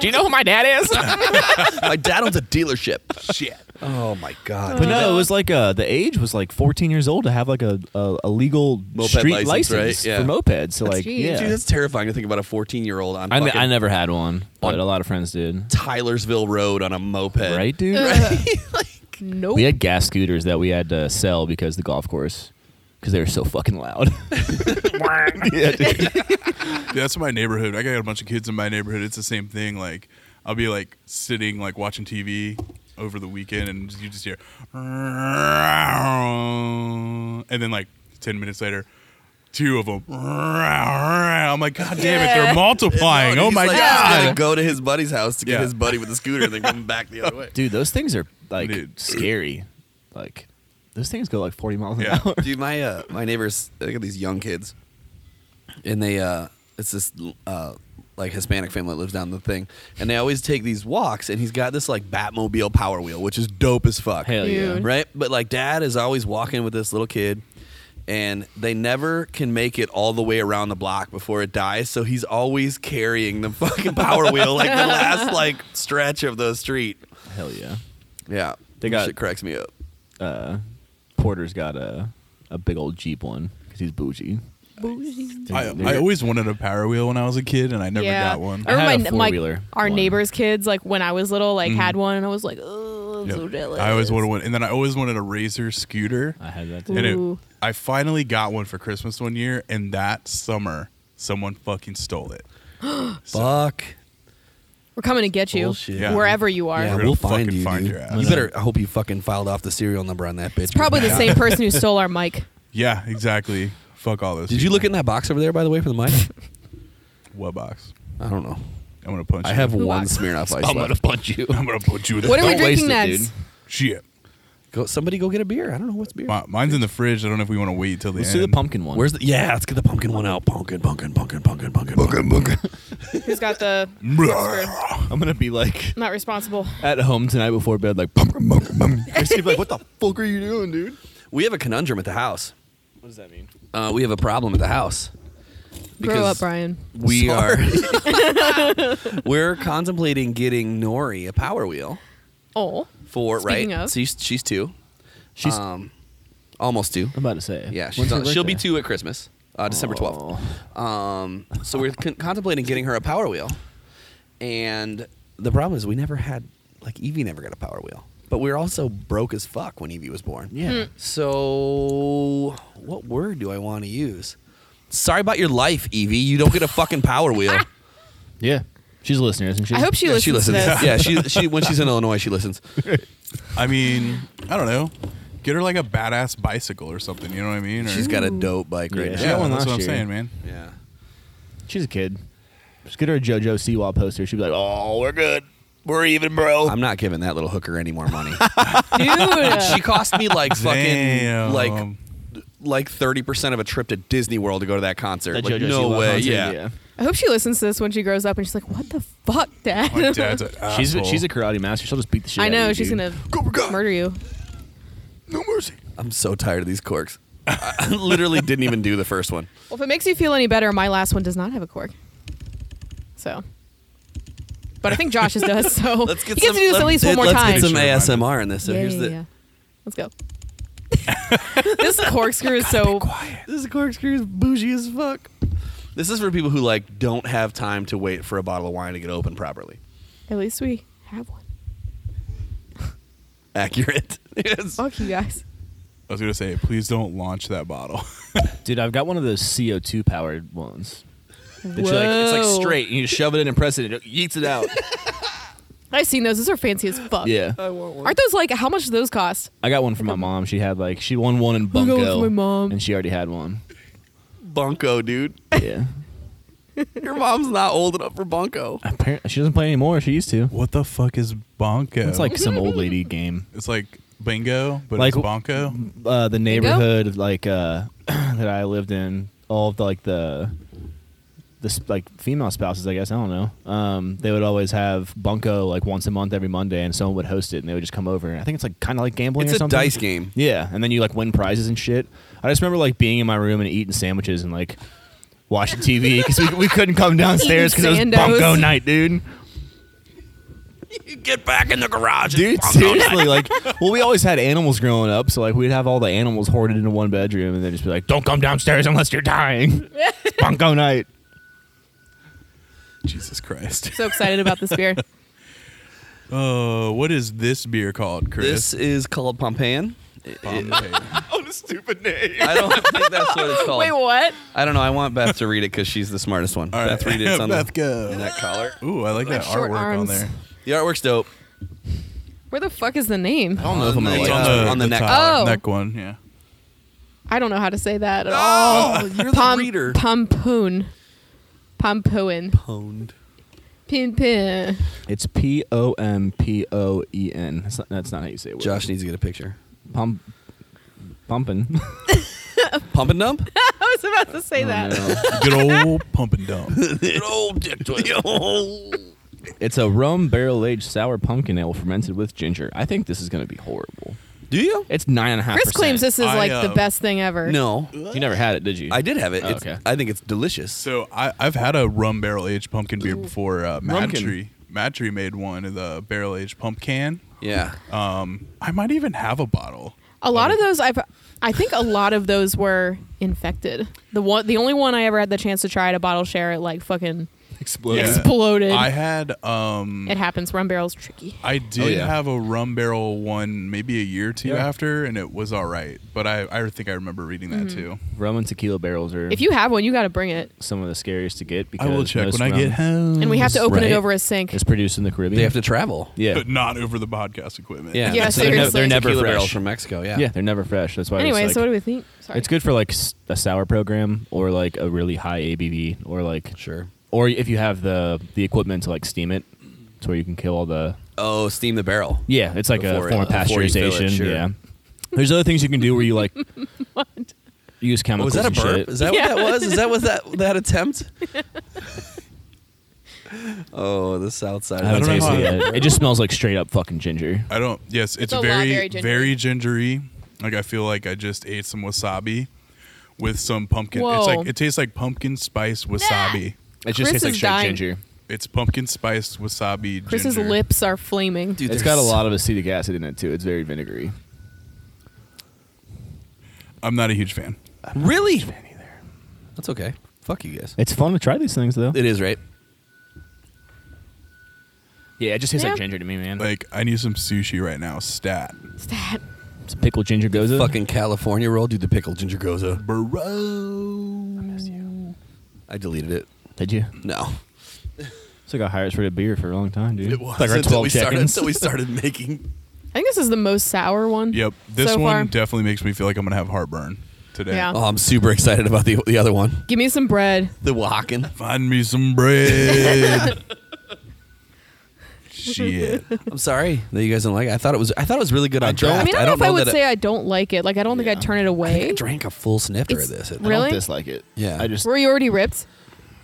B: Do you know who my dad is?
D: my dad owns a dealership.
A: Shit.
D: Oh my god!
B: But no, it was like uh, the age was like 14 years old to have like a, a, a legal
D: Moped
B: street
D: license,
B: license,
D: right? Yeah.
B: for mopeds. So
C: That's
B: like,
C: huge.
B: yeah,
D: Dude, that's terrifying to think about a 14 year old on
B: I, ne-
D: fucking
B: I never had one, but
D: On-
B: a lot of friends did.
D: Tylersville Road on a moped.
B: Right, dude.
C: nope.
B: We had gas scooters that we had to sell because the golf course, because they were so fucking loud. yeah, dude.
A: Dude, that's my neighborhood. I got a bunch of kids in my neighborhood. It's the same thing. Like I'll be like sitting like watching TV over the weekend, and you just hear, and then like ten minutes later. Two of them. I'm like, God damn it! They're multiplying.
D: No,
A: oh
D: he's
A: my
D: like, "Ah." he's gonna
A: God!
D: go to his buddy's house to get
A: Yeah.
D: his buddy with the scooter and then come back the other way.
B: Dude, those things are like
A: Dude.
B: scary. Like those things go like 40 miles an
A: Yeah.
B: hour.
D: Dude, my uh, my neighbors, they got these young kids, and they uh, it's this uh, like Hispanic family that lives down the thing, and they always take these walks, and he's got this like Batmobile Power Wheel, which is dope as fuck.
B: Hell yeah.
C: Dude.
D: right? But like dad is always walking with this little kid and they never can make it all the way around the block before it dies, so he's always carrying the fucking power wheel like the last like stretch of the street.
B: Hell yeah.
D: Yeah.
B: They
D: That
B: got-
D: shit cracks me up.
B: Uh, Porter's got a a big old Jeep one because he's bougie.
A: I, I always wanted a power wheel when I was a kid, and I never
C: yeah.
A: got one.
B: I
C: remember
B: had a
C: my, my
B: four-wheeler
C: our
B: one.
C: neighbors' kids, like when I was little, like had one, and I was like, oh, I'm
A: Mm-hmm. Yep.
C: so jealous.
A: I always wanted one, and then I always wanted a Razor scooter.
B: I had that too.
A: And it,
C: Ooh.
A: I finally got one for Christmas one year, and that summer, someone fucking stole it.
D: Fuck.
C: We're coming to get you
D: Bullshit.
A: Yeah.
C: wherever you are.
D: Yeah,
A: We're
D: we'll
A: gonna
D: find
A: fucking
D: you.
A: find
D: dude.
A: your ass.
D: you better I hope you fucking filed off the serial number on that bitch.
C: Probably the same person who stole our mic.
A: Yeah, exactly. Fuck all those.
D: Did you
A: people.
D: look in that box over there by the way for the mic?
A: what box?
D: I don't know.
A: I'm gonna punch.
D: I
A: you.
D: have
C: Who
D: one
C: box?
D: Smirnoff ice
B: I'm gonna
D: left.
B: punch you.
A: I'm gonna punch you. With
C: What are we
B: Don't waste
C: drinking
B: it,
C: next?
B: dude.
A: Shit.
D: Go, somebody go get a beer. I don't know what's beer.
A: Mi- mine's in the fridge. I don't know if we want to wait till the
B: Let's
A: end.
B: do the pumpkin one.
D: Where's the Yeah, let's get the pumpkin one out. Pumpkin, pumpkin, pumpkin, pumpkin, pumpkin. Pumpkin, pumpkin.
C: Who's got the
B: I'm gonna be like
C: not responsible?
B: at home tonight before bed, like pumpkin, pumpkin, pumpkin. Chris's gonna be like, what the fuck are you doing, dude?
D: We have a conundrum at the house.
B: What does that mean?
D: Uh, we have a problem at the house.
C: Grow up, Brian.
D: We are. we're contemplating getting Nori a power wheel
C: Oh,
D: for
C: Speaking
D: right.
C: of.
D: She's she's two,
B: She's.
D: um, almost two.
B: I'm about to say.
D: Yeah,
B: When's
D: she's
B: her
D: on, she'll be
B: birthday? Oh.
D: two at Christmas, uh, December twelfth. Um, so we're con- contemplating getting her a power wheel, and the problem is we never had like Evie never got a power wheel, but we were also broke as fuck when Evie was born.
B: Yeah.
C: Hmm.
D: So, what word do I want to use? Sorry about your life, Evie. You don't get a fucking power wheel.
B: Yeah. She's a listener, isn't she?
C: I hope she
D: yeah,
C: listens.
D: she listens.
C: To this.
D: Yeah, she, she when she's in Illinois, she listens.
A: I mean, I don't know. Get her like a badass bicycle or something. You know what I mean? Or,
D: She's got a
C: Mm.
D: dope bike right
B: Yeah,
A: yeah,
B: she got
D: now.
B: one
A: that's
B: last
A: what I'm
B: year.
A: saying, man.
D: Yeah.
B: She's a kid. Just get her a JoJo Siwa poster. She'd be like, "Oh, we're good. We're even, bro."
D: I'm not giving that little hooker any more money.
C: dude.
D: she cost me like fucking
A: Damn.
D: like like thirty percent of a trip to Disney World to go to that concert.
B: That
D: Like,
B: JoJo
D: no
B: Siwa
D: way.
B: concert,
D: yeah.
C: I hope she listens to this when she grows up and she's like, "What the fuck, Dad?"
A: my dad's an
B: She's
A: asshole.
B: she's a karate master. She'll just beat the shit. out
C: I
B: of
C: know
B: you,
C: she's
B: dude.
C: gonna
A: Cobra Kai.
C: murder you.
A: no mercy.
D: I'm so tired of these corks. I literally didn't even do the first one.
C: Well, if it makes you feel any better, my last one does not have a cork. So, but I think Josh's does. So
D: Let's get
C: he gets
D: some.
C: to do this at
D: let's-
C: least one more
D: let's
C: time.
D: get some
A: Sure, why not?
D: ASMR in this. So
C: yeah,
D: here's
C: yeah,
D: the.
C: yeah. Let's go. this corkscrew is so.
D: This corkscrew is bougie as fuck. This is for people who like don't have time to wait for a bottle of wine to get open properly.
C: At least we have one.
D: Accurate. Yes.
C: Fuck you guys.
A: I was gonna say, please don't launch that bottle.
B: Dude, I've got one of those CO2 powered ones. That you
C: Whoa.
B: like, it's like straight. You just shove it in and press it, and it yeets it out.
C: I've seen those. Those are fancy as fuck.
B: yeah.
C: Aren't those like how much do those cost?
B: I got one from my mom. She had like she won one in
C: got one
B: Bunko.
C: from my mom.
B: and she already had one.
D: Bunko, dude.
B: Yeah.
D: Your mom's not old enough for Bunko.
B: Apparently, she doesn't play anymore. She used to.
A: what the fuck is bonko?
B: It's like some old lady game.
A: it's like bingo, but
B: Like-
A: it's bonko.
B: Uh, the neighborhood like uh, that I lived in, all of the, like the the sp- like female spouses, I guess I don't know. Um, they would always have Bunko like once a month, every Monday, and someone would host it, and they would just come over. And I think it's like kind of like gambling
D: It's
B: or
D: a
B: something.
D: dice game.
B: Yeah, and then you like win prizes and shit. I just remember like being in my room and eating sandwiches and like watching TV because we, we couldn't come downstairs because it was
C: Eating
B: bunko
C: Sandos.
B: night, dude.
D: You get back in the garage,
B: Dude, seriously, like, well, we always had animals growing up, so like we'd have all the animals hoarded into one bedroom, and then just be like, "Don't come downstairs unless you're dying." It's bunko night.
A: Jesus Christ.
C: So excited about this beer.
A: Oh, what is this beer called,
D: This
A: Chris?
D: is called Pompeian.
A: Bombay.
B: What a stupid name.
D: I don't think that's what it's
B: Oh.
D: called.
C: Wait, what?
D: I don't know. I want Beth to read it because she's the smartest one.
A: All right.
D: Beth, read it. It's on
A: Beth,
D: the, in
A: go.
D: that collar.
A: Ooh, I like that
C: short
A: artwork on
C: arms.
A: there.
D: The artwork's dope.
C: Where the fuck is the name?
B: don't know if I'm gonna
A: It's
B: like
A: on
B: it.
A: the,
D: Oh, on the neck.
A: top,
C: Oh.
A: neck one. Yeah.
C: I don't know how to say that at all.
D: you're
C: Pom- Pompoon. Pompoon.
D: Pwned.
C: Pin pin.
B: It's P O M P O E N. That's not, that's not how you say it.
D: Josh needs to get a picture.
B: pump, pumping.
D: Pump and dump?
C: I was about to
B: Oh,
C: say that.
A: Good old pump and dump.
D: Good old dick twist.
B: It's a rum barrel aged sour pumpkin ale fermented with ginger. I think this is going to be horrible.
D: Do you?
B: It's nine and a half.
C: Chris claims this is
A: I,
C: like
A: uh,
C: the best thing ever.
D: No.
B: You never had it, did you?
D: I did have it.
B: Oh,
D: It's,
B: okay.
D: I think it's delicious.
A: So I, I've had a rum barrel aged pumpkin beer before. Uh, Mad
B: Rumkin.
A: Tree. Mad Tree made one in the barrel aged pump can.
D: Yeah.
A: Um, I might even have a bottle.
C: A lot
B: Oh.
C: of those I've I think a lot of those were infected. The one the only one I ever had the chance to try at a bottle share it like fucking
B: Exploded.
A: Yeah.
C: exploded.
A: I had um,
B: Mm.
C: it happens. Rum barrel's tricky.
A: I did
B: yeah.
A: have a rum barrel one maybe a year or two
B: Yeah.
A: after, and it was all right. But I, I think I remember reading that
C: Mm-hmm.
A: too.
B: Rum and tequila barrels are
C: If you have one, you got to bring it.
B: some of the scariest to get
A: I
B: because
A: will check
B: most
A: when I get
B: rum
A: home.
C: And we have to open
B: Right.
C: it over a sink.
B: Is produced in the Caribbean.
D: They have to travel.
B: Yeah.
A: but not over the podcast equipment.
C: Yeah,
D: So they're never-
B: seriously.
D: they're never
B: Tequila
D: barrels
B: fresh.
D: from Mexico. Yeah.
B: Yeah, they're never fresh. That's why.
C: Anyway,
B: it's
C: so
B: like,
C: what do we think? Sorry.
B: It's good for like s- a sour program or like a really high ABV or like
D: Sure.
B: or if you have the the equipment to like steam it, it's where you can kill all the
D: Oh, steam the barrel.
B: yeah. It's like a
D: Before it-
B: form of
D: before you fill it,
B: pasteurization.
D: sure.
B: Yeah. There's other things you can do where you like use
D: Was
B: chemicals.
D: that a
B: and shit.
D: burp? Oh, Is that
C: Yeah.
D: what that was? Is that was that that attempt? oh, the south side.
B: I haven't
A: I don't know
B: tasted
A: how-
B: it yet. It just smells like straight up fucking ginger.
A: I don't. Yes, it's,
C: a lot
A: very,
C: very gingery.
A: very gingery. Like I feel like I just ate some wasabi with some pumpkin.
C: Whoa.
A: It's like it tastes like pumpkin spice wasabi.
B: It
C: just Chris tastes like is straight dying.
B: ginger.
C: ginger.
A: It's pumpkin spice wasabi.
C: Chris's
A: ginger.
C: lips are flaming.
D: Dude,
B: It's
D: they're
B: got a
D: so-
B: lot of acetic acid in it too. It's very vinegary.
A: I'm not a huge fan.
D: Really? That's okay. Fuck you guys.
B: It's fun to try these things though.
D: It is right.
B: yeah, it just tastes like
C: Yeah.
B: ginger to me, man.
A: Like I need some sushi right now. Stat,
C: Stat.
B: It's pickle ginger goza.
D: Fucking California roll. Do the pickle ginger goza.
A: bro.
D: I deleted it.
B: Did you?
D: No.
B: It's like a highest rated beer for a long time, dude.
D: It was
B: like our
D: until
B: 12
D: we started
B: seconds.
D: until we started making.
C: I think this is the most sour one.
A: Yep. This
C: so
A: one
C: far.
A: definitely makes me feel like I'm gonna have heartburn today.
C: Yeah.
D: Oh, I'm super excited about the the other one,
C: Give me some bread.
D: the Wacken.
A: Find me some bread. Shit.
D: I'm sorry that you guys don't like. it. I thought it was I thought it was really good on
B: don't-
D: draft.
C: I mean, I don't, know if I
D: know
C: would
D: that
C: say
D: it,
C: I don't like it. Like, I don't think I'd turn it
D: I think
C: away.
D: I drank a full snifter
C: It's
D: of this.
B: I
C: Really?
B: don't dislike it.
D: Yeah.
B: I just
C: Were you already ripped?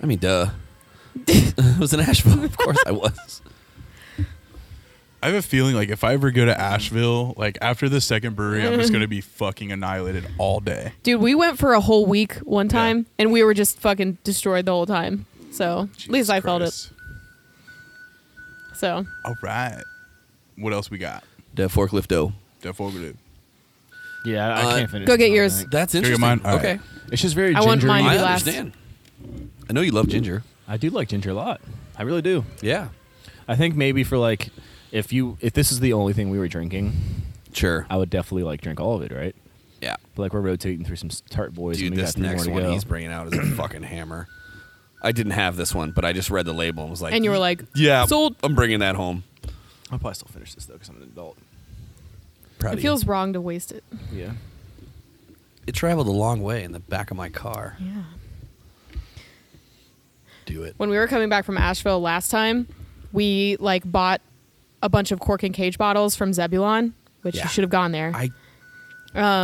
D: I mean, duh. it was in Asheville, of course I was.
A: I have a feeling like if I ever go to Asheville, like after the second brewery, I'm just gonna be fucking annihilated all day.
C: Dude, we went for a whole week one time, and we were just fucking destroyed the whole time. So at least I felt it. So
A: All right. What else we got?
D: The forklift dough.
A: Definitely.
B: yeah. I
D: Uh,
B: can't finish.
C: go
B: this,
C: get
B: I don't
C: yours.
B: think.
D: That's
A: Here you
D: interesting.
A: mine. All
D: Okay,
A: right.
B: It's just very.
C: I want
B: gingery.
C: mine.
D: I
C: You last.
D: understand. I know you love ginger.
B: I do like ginger a lot. I really do.
D: Yeah,
B: I think maybe for like, if you if this is the only thing we were drinking,
D: sure.
B: I would definitely like drink all of it, right?
D: Yeah,
B: But like we're rotating through some s- tart boys.
D: dude,
B: and we got
D: this
B: three more
D: next
B: to
D: one
B: go.
D: he's bringing out is a fucking hammer. I didn't have this one, but I just read the label and was like, "Mm,
C: And you were like,
D: "Yeah,
C: sold."
D: I'm bringing that home."
B: I'll probably still finish this though because I'm an adult.
D: Proud
C: it
D: of you.
C: feels wrong to waste it.
B: Yeah.
D: It traveled a long way in the back of my car.
C: Yeah.
D: Do it.
C: When we were coming back from Asheville last time, we like bought a bunch of cork and cage bottles from Zebulon, which
D: Yeah.
C: you should have gone there.
D: I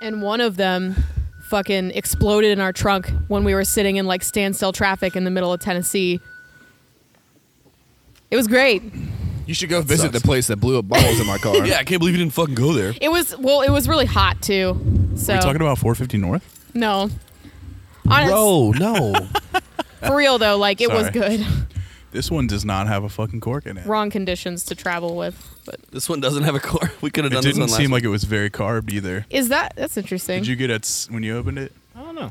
C: and one of them fucking exploded in our trunk when we were sitting in like standstill traffic in the middle of Tennessee. It was great.
B: You should go
D: visit the
B: place that blew up balls in my car.
D: yeah, I can't believe you didn't fucking go there.
C: It was well. It was really hot too. So
A: Are we talking about 450 North?
C: no. Honest,
D: Bro, no.
C: for real though, like it was
A: Sorry.
C: good.
A: This one does not have a fucking cork in it.
C: Wrong conditions to travel with, but
D: this one doesn't have a core. We could have
A: It
D: done this
A: didn't
D: one last
A: seem like it was very carved either.
C: is that that's interesting?
A: Did you get it s- when you opened it?
B: I don't know.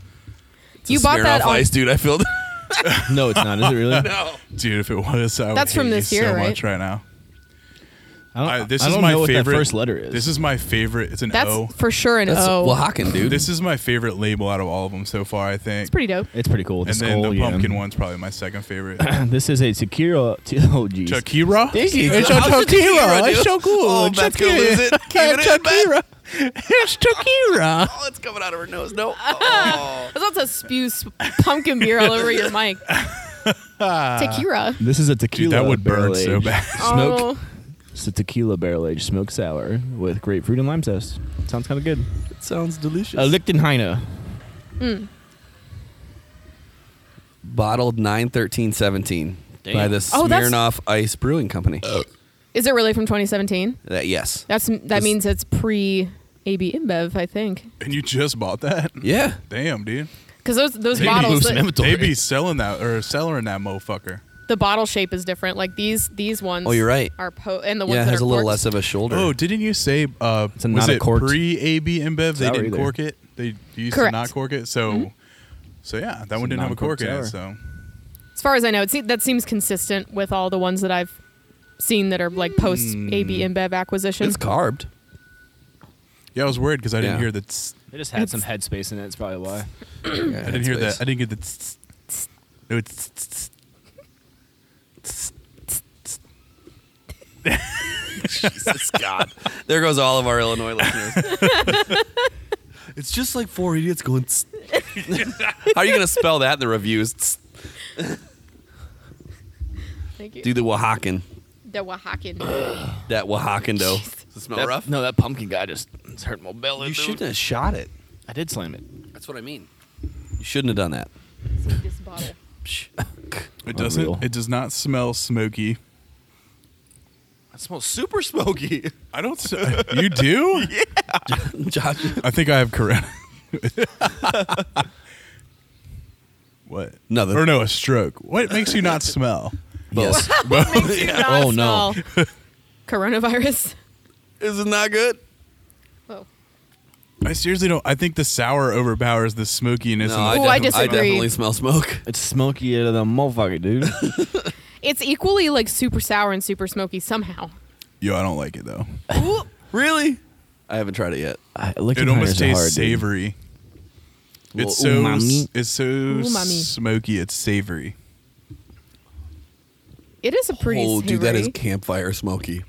C: you bought that on
D: ice, dude. I feel
B: No, it's not. Is it really?
D: no.
A: Dude, if it was, I would
C: That's
A: hate
C: from
A: you
C: this year,
A: so
C: right?
A: much right now.
B: I don't,
A: I- this
B: I
A: is
B: don't
A: my
B: know what
A: favorite.
B: that first letter is.
A: This is my favorite. It's an
C: That's
A: O.
C: for sure an
D: That's
A: Oh.
C: O.
D: Oaxacan, dude.
A: This is my favorite label out of all of them so far. I think.
C: It's pretty dope.
B: It's pretty cool.
A: and then the pumpkin one's probably my second favorite.
B: This is a Sekiro. Oh, jeez.
A: Shakira.
B: Thank you.
A: It's a
D: How's it Shakira,
A: Shakira. It's
D: dude?
A: so cool.
D: Oh, Beth's gonna
B: E-
D: lose it. Keep it in,
A: Shakira. It's Shakira.
D: Oh, it's coming out of her nose. No. Oh.
C: I was about to spew s- pumpkin beer all over your mic. Tequila.
B: This is a tequila.
A: Dude, that would burn
B: barrel
A: so
B: aged-
A: bad.
C: Oh,
B: It's a tequila barrel aged smoked sour with grapefruit and lime zest. Sounds kind of good.
D: It sounds delicious.
A: Uh,
B: A Lichtenheiner.
D: Bottled 91317
B: Damn.
D: by the
C: Oh, that's-
D: Smirnoff Ice Brewing Company.
C: is it really from 2017?
D: Oh. That yes.
C: That's that
D: This-
C: means it's pre AB InBev, I think,
A: And you just bought that?
D: Yeah.
A: Damn, dude.
C: because those those
B: Maybe
C: bottles
B: move some
C: the,
B: inventory.
A: They be selling that or selling that motherfucker.
C: the bottle shape is different. Like these these ones.
D: Oh, you're right.
C: Are po- and the ones
D: Yeah, it
C: that
D: has
C: are
D: a little
C: corked.
D: less of a shoulder.
A: Oh, didn't you say uh,
B: a
A: was
B: not a
A: it
B: corked
A: pre AB InBev? They
B: sour
A: didn't
B: either.
A: cork it. They used
C: Correct. Mm-hmm.
A: to not cork it. So, so yeah, that one
B: a
A: didn't have a cork
B: non-corked
A: in it. So
B: sour.
C: As far as I know, it se- that seems consistent with all the ones that I've seen that are like post AB InBev acquisition.
D: Hmm. it's carved.
A: yeah, I was worried because I didn't
D: Yeah.
A: hear the. Tss,
B: It just had some headspace in it. That's probably why.
A: I didn't hear that. I didn't get the. Tss, tss. No, it's tss, tss, tss.
D: Jesus God. There goes all of our Illinois listeners. it's just like four idiots going. "Tss." How are you going to spell that in the reviews? Tss.
C: Thank you.
D: Do the Oaxacan.
C: The Oaxacan.
D: That Oaxacan dough. Does it smell
B: That-
D: rough?
B: No, that pumpkin guy just it's hurt my belly.
D: You
B: dude.
D: shouldn't have shot it.
B: I did slam it.
D: That's what I mean. You shouldn't have done that.
C: this bottle.
D: Psh.
A: It doesn't.
B: Unreal.
A: It does not smell smoky.
B: That smells super smoky.
A: I don't. s- you do?
D: Josh,
A: I think I have corona. what?
D: Nothing.
A: Or no, a stroke. What makes you not smell?
D: yes.
C: oh
D: Oh, no.
C: no. Coronavirus.
D: This is not good.
C: Oh.
A: I seriously don't. I think the sour overpowers the smokiness.
D: No,
A: and the-
D: I,
C: Ooh, I
D: defi- I
C: disagree.
D: definitely smell smoke.
B: It's smoky out of the motherfucker, dude.
C: It's equally like super sour and super smoky somehow.
A: Yo, I don't like it though.
D: Really? I haven't tried it yet.
B: I, Lichtenheiner's
A: It almost
B: are
A: tastes
B: hard, dude.
A: savory.
D: Little
A: It's so
B: umami.
A: it's so
C: Umami.
A: smoky. It's savory.
C: It is a pretty.
D: oh, dude, that is
C: savory-
D: campfire smoky.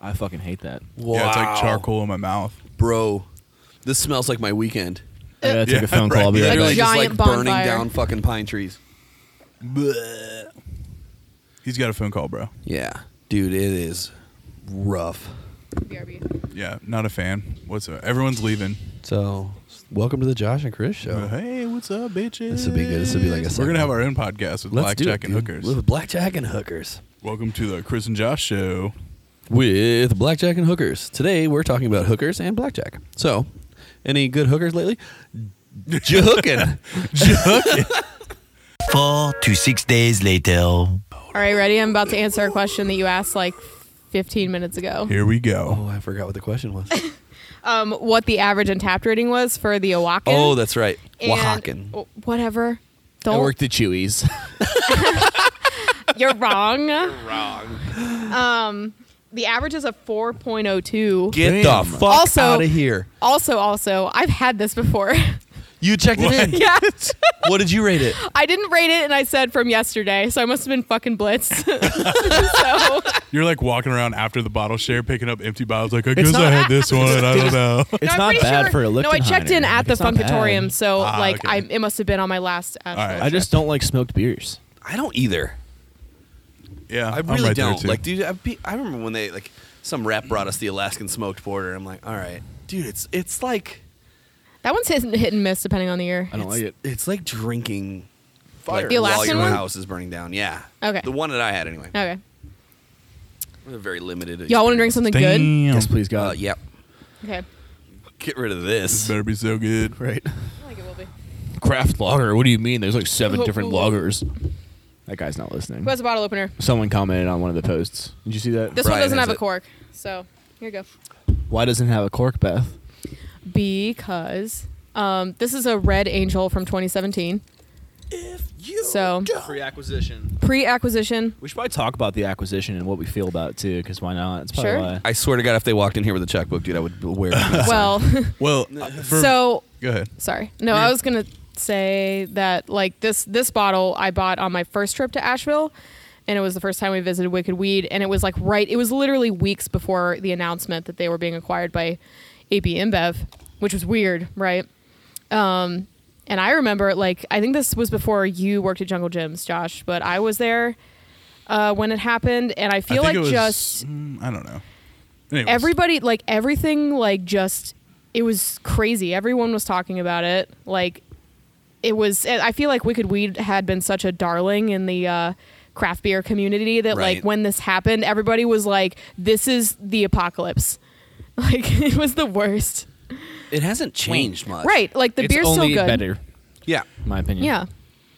B: I fucking hate that.
D: Wow.
A: Yeah, it's like charcoal in my mouth.
D: bro. This smells like my weekend.
B: I gotta take
A: Yeah,
B: a phone call. I'll be
A: right.
B: right
D: Literally
B: back.
C: Like
D: just like
C: giant
D: burning
C: bonfire.
D: down fucking pine trees.
A: He's got a phone call, bro.
D: Yeah, dude, it is rough.
C: BRB.
A: Yeah, not a fan whatsoever. Everyone's leaving.
D: So, welcome to the Josh and Chris show.
A: Uh, Hey, what's up, bitches?
D: Oh. This would be good. This would be like a
A: We're
D: segment.
A: gonna have our own podcast with
D: Let's do
A: Blackjack
D: it,
A: and
D: dude.
A: Hookers.
D: With Blackjack and Hookers.
A: Welcome to the Chris and Josh show.
D: With Blackjack and Hookers. Today we're talking about hookers and blackjack. So, any good hookers lately? J- hooking.
E: Four to six days later.
C: All right, ready? I'm about to answer a question that you asked like 15 minutes ago.
A: Here we go.
D: Oh, I forgot what the question was.
C: Um, what the average untapped rating was for the Oaxacan?
D: oh, that's right.
C: and-
D: Oaxacan.
C: w- Whatever.
B: I
C: Don't.
B: worked at Chewy's.
C: You're wrong. You're wrong. Um, the average is a 4.02.
D: Get
A: Damn.
D: the fuck
C: Also-
D: out of here.
C: also, also, I've had this before.
D: You checked it in.
C: yeah.
D: What did you rate it?
C: I didn't rate it and I said from yesterday, so I must have been fucking blitzed. so
D: Oh.
A: You're like walking around after the bottle share, picking up empty bottles. Like I guess
B: not-
A: I had this one. I don't know.
B: It's
C: I'm
B: not
C: pretty
B: bad
C: sure-
B: for a
C: No, I checked in
B: Lichtenhainer.
C: at
B: Like,
C: the
B: it's not bad.
C: Funkatorium, so
A: Ah,
C: like
A: okay.
C: I it must have been on my last. actual
A: right.
B: I just don't like smoked beers.
D: I don't either.
A: Yeah,
D: I
A: I'm
D: really
A: right there,
D: don't.
A: too.
D: Like, dude, I, pe- I remember when they like some rep brought us the Alaskan smoked porter. I'm like, all right, dude, it's it's like
C: That one's hit, hit and miss depending on the year.
B: I don't like it.
D: it's like drinking
B: Fire.
D: like,
C: The
D: while
C: Alaskan
D: your
C: one?
D: house is burning down. Yeah.
C: Okay.
D: The one that I had anyway.
C: Okay.
D: It was a very limited.
C: Y'all want to drink something good?
A: Damn.
B: Yes, please,
D: Uh,
B: God.
D: yep.
C: Okay.
D: Get rid of
A: This
D: this.
A: better be so good.
B: Right.
C: I think it will be.
B: Craft lager. What do you mean? There's like seven
C: Oh,
B: different
C: oh.
B: lagers. That guy's not listening.
C: Who has a bottle opener?
B: Someone commented on one of the posts. Did you see that?
C: This
D: Brian
C: one doesn't
D: has
C: have a
D: it.
C: cork, so here you go.
B: Why doesn't it have a cork, Beth?
C: Because um, this is a Red Angel from 2017, so
B: Free acquisition.
C: pre-acquisition.
B: We should probably talk about the acquisition and what we feel about it too, because why not? It's probably
C: Sure.
B: why.
D: I swear to God, if they walked in here with a checkbook, dude, I would wear. it.
C: Well,
A: Well, uh, for-
C: so
A: go ahead.
C: sorry. No,
A: Yeah.
C: I was gonna say that like this this bottle I bought on my first trip to Asheville, and it was the first time we visited Wicked Weed, and it was like right. It was literally weeks before the announcement that they were being acquired by AB InBev, which was weird, right? Um, and I remember like I think this was before you worked at Jungle Gyms, Josh, but I was there uh, when it happened, and I
A: I
C: feel
A: think
C: like
A: it was,
C: just
A: mm, I don't know. Anyways,
C: everybody like everything like just it was crazy everyone was talking about it like it was eh, i feel like wicked weed had been such a darling in the uh craft beer community that
D: Right.
C: like when this happened everybody was like this is the apocalypse like it was the worst
D: it hasn't changed much.
C: right like the
B: it's
C: beer's
B: only
C: still good
B: better,
D: Yeah.
B: in my opinion.
C: yeah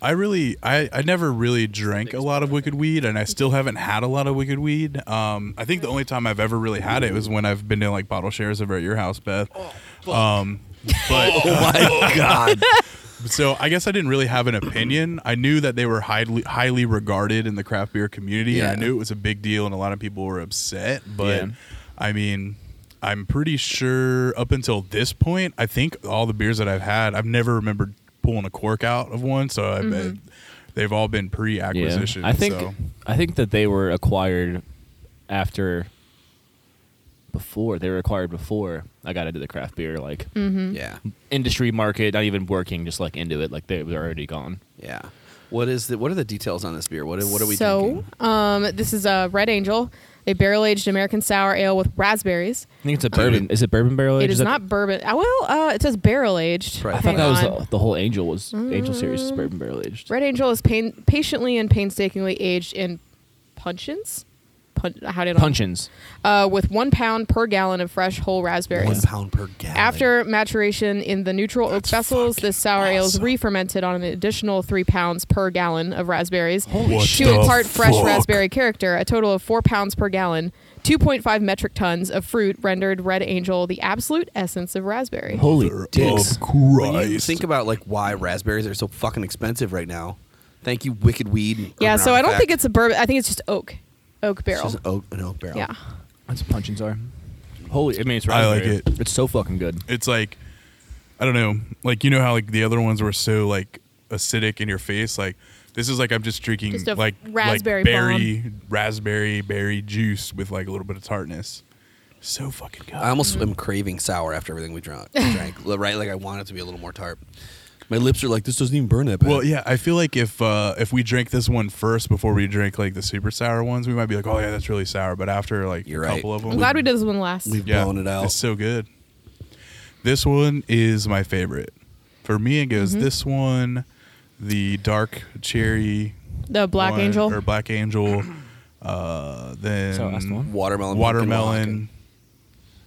A: I really, I, I never really drank a lot of wicked weed, and I still haven't had a lot of wicked weed. Um, I think the only time I've ever really had it was when I've been to like bottle shares over at your house, Beth. um, but
D: Oh my God.
A: so I guess I didn't really have an opinion. I knew that they were highly highly regarded in the craft beer community, and I
D: Yeah.
A: knew it was a big deal, and a lot of people were upset. But
B: Yeah.
A: I mean, I'm pretty sure up until this point, I think all the beers that I've had, I've never remembered pulling a cork out of one. So I bet they've all been
B: Yeah.
A: pre-acquisition.
B: I think
A: so.
B: I think that they were acquired after before they were acquired before I got into the craft beer like
C: Mm.
D: Yeah.
C: Mm-hmm.
B: industry market, not even working, just like into it. Like they were already gone.
D: Yeah. What is the? What are the details on this beer? What? What are we?
C: so
D: drinking?
C: um this is a red angel a barrel aged american sour ale with raspberries
B: I think it's a bourbon. Is it bourbon barrel aged?
C: it is not bourbon uh, well uh it says barrel aged
D: Right.
B: I thought that was the, the whole Angel was
C: Mm.
B: Angel series is bourbon barrel aged.
C: Red Angel is pain, patiently and painstakingly aged in punchins. Pun, how did I-
B: Punchins.
C: Uh, with one pound per gallon of fresh whole raspberries.
D: One pound per gallon.
C: After maturation in the neutral oak vessels, this sour ale is re-fermented on an additional three pounds per gallon of raspberries
A: What
C: to
A: the
C: impart fresh
A: fuck?
C: raspberry character. A total of four pounds per gallon, 2.5 metric tons of fruit rendered Red Angel the absolute essence of raspberry.
B: Holy dicks.
A: of Oh, Christ.
D: When you think about like why raspberries are so fucking expensive right now. Thank you, Wicked Weed. and
C: Yeah,
D: Urban
C: so I don't think
D: Artifact.
C: it's a bourbon. I think it's just oak, oak
D: It's
C: barrel.
D: just an oak, an oak barrel.
C: yeah.
B: That's what punchins are. Holy, I mean, it's
A: I like
B: raspberry.
A: it.
B: It's so fucking good.
A: it's like I don't know, like you know how like the other ones were so like acidic in your face, like This is like I'm just drinking
C: Just a
A: like
C: raspberry
A: like berry raspberry berry juice with like a little bit of tartness. So fucking good.
D: I almost am craving sour after everything we drunk. drank, right? Like I want it to be a little more tart. My lips are like this doesn't even burn that bad.
A: well, yeah, I feel like if uh, if we drank this one first before we drank like the super sour ones, we might be like, oh yeah, that's really sour. But after like
D: You're
A: a
D: right.
A: couple of them,
C: I'm glad we did this one last.
D: We've blown it out.
A: It's so good. This one is my favorite. For me, it
C: Mm-hmm.
A: goes this one, the dark cherry,
C: The Black
A: one-
C: Angel.
A: or black angel, uh, then
B: So, last one?
D: watermelon,
A: watermelon,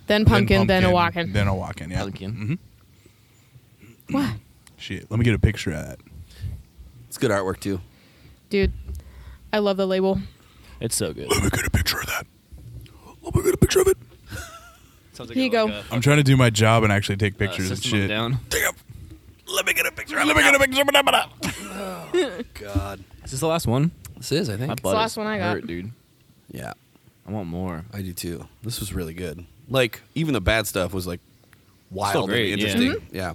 C: then pumpkin, then a walking.
A: then a walking, yeah.
B: Pumpkin.
A: Mhm.
C: what?
A: Shit, let me get a picture of that.
D: It's good artwork too.
C: Dude, I love the label.
B: It's so good.
A: Let me get a picture of that. Let me get a picture of it.
B: Sounds
C: Here you go. like
A: I'm trying to do my job and actually take pictures and
B: uh, system
A: shit.
B: down.
A: Let me get a picture. Let me get a picture. of it.
D: God,
B: Is this the last one?
D: this is I think.
B: My butt
C: last
B: is
C: one I got.
B: hurt, dude.
D: yeah,
B: I want more.
D: I do too. This was really good. Like even the bad stuff was like wild
B: Still great,
D: and
B: yeah. Mm-hmm.
D: interesting. Yeah.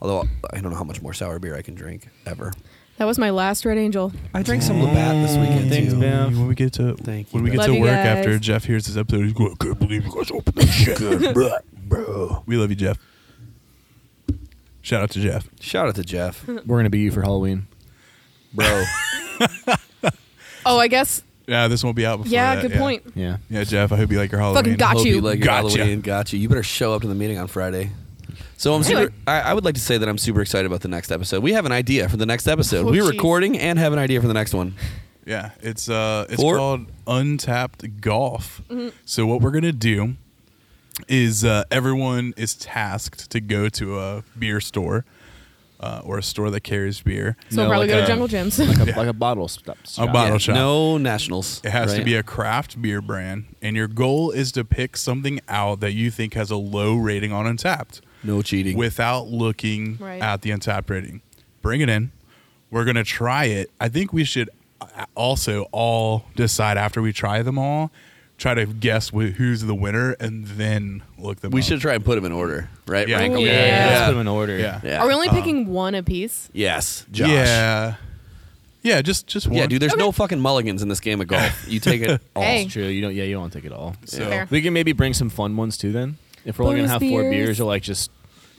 D: Although I don't know how much more sour beer I can drink ever.
C: That was my last Red Angel.
D: I drank some Labatt this weekend
B: Thanks,
D: too.
B: man. Yeah.
A: When we get to
D: Thank
A: when
D: you,
A: we get
C: Love
A: to
C: you
A: work
C: guys.
A: after Jeff hears this episode, he's going, "I can't believe you guys opened this shit."
D: Bruh, bro.
A: we love you, Jeff. Shout out to Jeff.
D: Shout out to Jeff,
B: We're gonna be you for Halloween.
D: bro.
C: Oh, I guess.
A: Yeah, this won't be out before.
C: Yeah,
A: that,
C: good point.
B: Yeah.
A: Yeah, Jeff. I hope you like your Halloween.
C: Fucking got
D: Hope
C: you.
D: you like your
A: Gotcha.
D: Halloween. Got you. You better show up to the meeting on Friday. So I'm super.
C: Anyway.
D: I, I would like to say that I'm super excited about the next episode. We have an idea for the next episode.
C: Oh,
D: We're
C: jeez.
D: recording and have an idea for the next one.
A: Yeah, it's uh, it's
D: Or-
A: called Untapped Golf.
C: Mm-hmm.
A: So what we're gonna do is uh, everyone is tasked to go to a beer store uh, or a store that carries beer.
C: So
B: No,
C: we'll probably
B: like
C: go to
B: a-
C: Jungle Gyms.
B: Like a, like a bottle stop.
A: A bottle
D: Yeah,
A: shop.
D: No nationals.
A: Oh, It has to
D: right?
A: be a craft beer brand, and your goal is to pick something out that you think has a low rating on Untapped
D: no cheating.
A: without looking
C: Right.
A: at the Untapped rating. Bring it in. We're gonna try it. I think we should uh, also all decide after we try them all, try to guess wh- who's the winner, and then look them.
D: we
A: up.
D: should try and put them in order, right?
A: Yeah.
D: Rank 'em.
C: Ooh,
B: Yeah.
C: Yeah.
B: Let's
D: Yeah.
B: put them in order.
A: Yeah.
D: Yeah.
C: Are we only picking one apiece?
D: Yes, Josh.
A: Yeah. Yeah. Just just one.
D: Yeah, dude. There's no fucking mulligans in this game of golf. You take it all.
C: Hey.
B: It's true. You don't. Yeah, you don't take it all.
A: So-
C: Fair.
B: We can maybe bring some fun ones too. Then, if we're only gonna have
C: Bonus
B: four
C: beers.
B: beers, or like just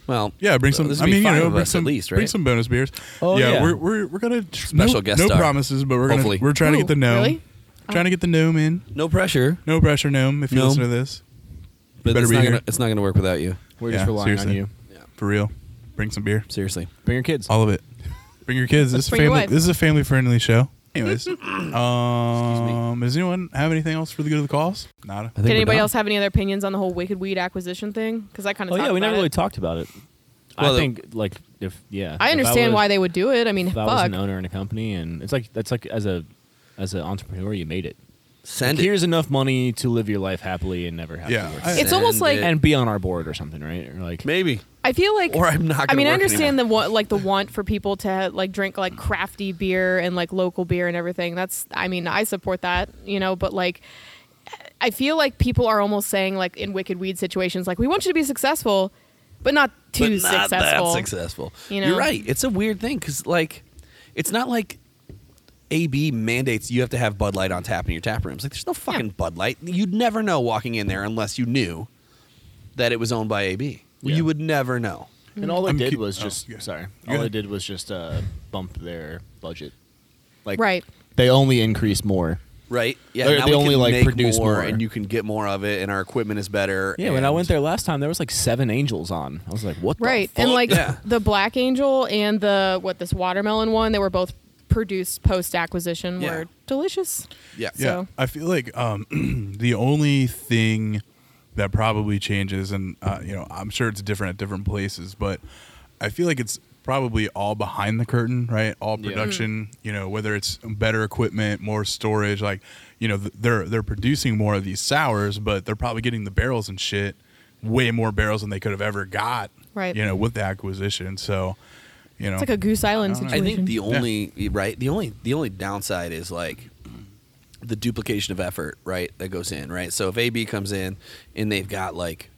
D: Well,
A: Yeah, bring some.
D: This would
A: I
D: be
A: mean, you
D: five
A: know,
D: of
A: bring
D: us
A: some,
D: at least, right?
A: bring some bonus beers.
B: Oh, yeah.
A: we're we're we're gonna tr-
D: Special
A: no,
D: guest
A: No
D: star.
A: promises, but we're
D: Hopefully.
A: gonna we're trying to
C: Ooh,
A: get the gnome.
C: really?
A: Trying to get the gnome in.
D: no pressure.
A: No pressure, gnome. If you
D: Gnome.
A: listen to this,
D: But
A: better
D: it's
A: be
D: not,
A: here.
D: gonna, it's not gonna work without you.
B: we're
A: Yeah,
B: just relying
A: seriously.
B: on you.
A: for real, bring some beer.
D: Seriously.
B: Bring your kids.
A: All of it. Bring your kids. This is
C: Bring your
A: family.
C: wife.
A: This is a family friendly show. Anyways, um, does anyone have anything else for the good of the cause? Nada.
D: I think
C: Did
D: we're
C: anybody
D: done.
C: else have any other opinions on the whole Wicked Weed acquisition thing? Because I kind of
B: oh yeah, we never really talked about it.
D: Well,
B: I
D: the-
B: think like if yeah,
C: I understand why they would do it. I mean,
B: If I
C: fuck.
B: was an owner in a company, and it's like that's like as a as an entrepreneur, you made it.
D: Send it.
B: Here's enough money to live your life happily and never have
A: Yeah.
B: to work.
A: I-
C: It's almost
D: Send
C: like-
D: it.
B: and be on our board or something, right? Or like
D: maybe.
C: I feel like
D: Or I'm not. Gonna
C: I mean, I
D: work
C: understand
D: anymore.
C: the want, like the want for people to like drink like crafty beer and like local beer and everything. That's I mean, I support that, you know, but like I feel like people are almost saying like in wicked weed situations like we want you to be successful, but not too
D: but not
C: successful.
D: That successful.
C: You
D: You
C: know?
D: are right. It's a weird thing because like, it's not like AB mandates you have to have Bud Light on tap in your tap rooms. Like, there's no fucking Bud Light. You'd never know walking in there unless you knew that it was owned by AB.
B: Yeah.
D: You would never know.
B: And all they
A: I'm
B: did
A: cu-
B: was
A: oh,
B: just
A: yeah.
B: sorry.
A: Go
B: all
A: ahead.
B: they did was just uh, bump their budget. Like
C: Right.
B: They only increased more.
D: Right? Yeah.
B: They-
D: now
B: they
D: we
B: only,
D: can
B: like,
D: make
B: produce more.
D: and you can get more of it, and our equipment is better.
B: Yeah, when I
D: and-
B: went there last time, there was like seven angels on. I was like, what? the
C: Right. And
B: fuck?
C: like
D: Yeah.
C: the Black Angel and the what this watermelon one, they were both produced post acquisition
D: Yeah.
C: were delicious.
D: Yeah.
A: Yeah,
C: So-
A: I feel like um, the only thing that probably changes, and uh, you know, I'm sure it's different at different places, but I feel like it's probably all behind the curtain, right? All
B: Yeah.
A: production, you know, whether it's better equipment, more storage, like you know, th- they're they're producing more of these sours, but they're probably getting the barrels and shit, way more barrels than they could have ever got,
C: Right.
A: You know, with the acquisition, so you know,
C: It's like a Goose Island
A: don't know.
C: situation.
D: I think the only right the only the only downside is like the duplication of effort right that goes in right. So if AB comes in and they've got like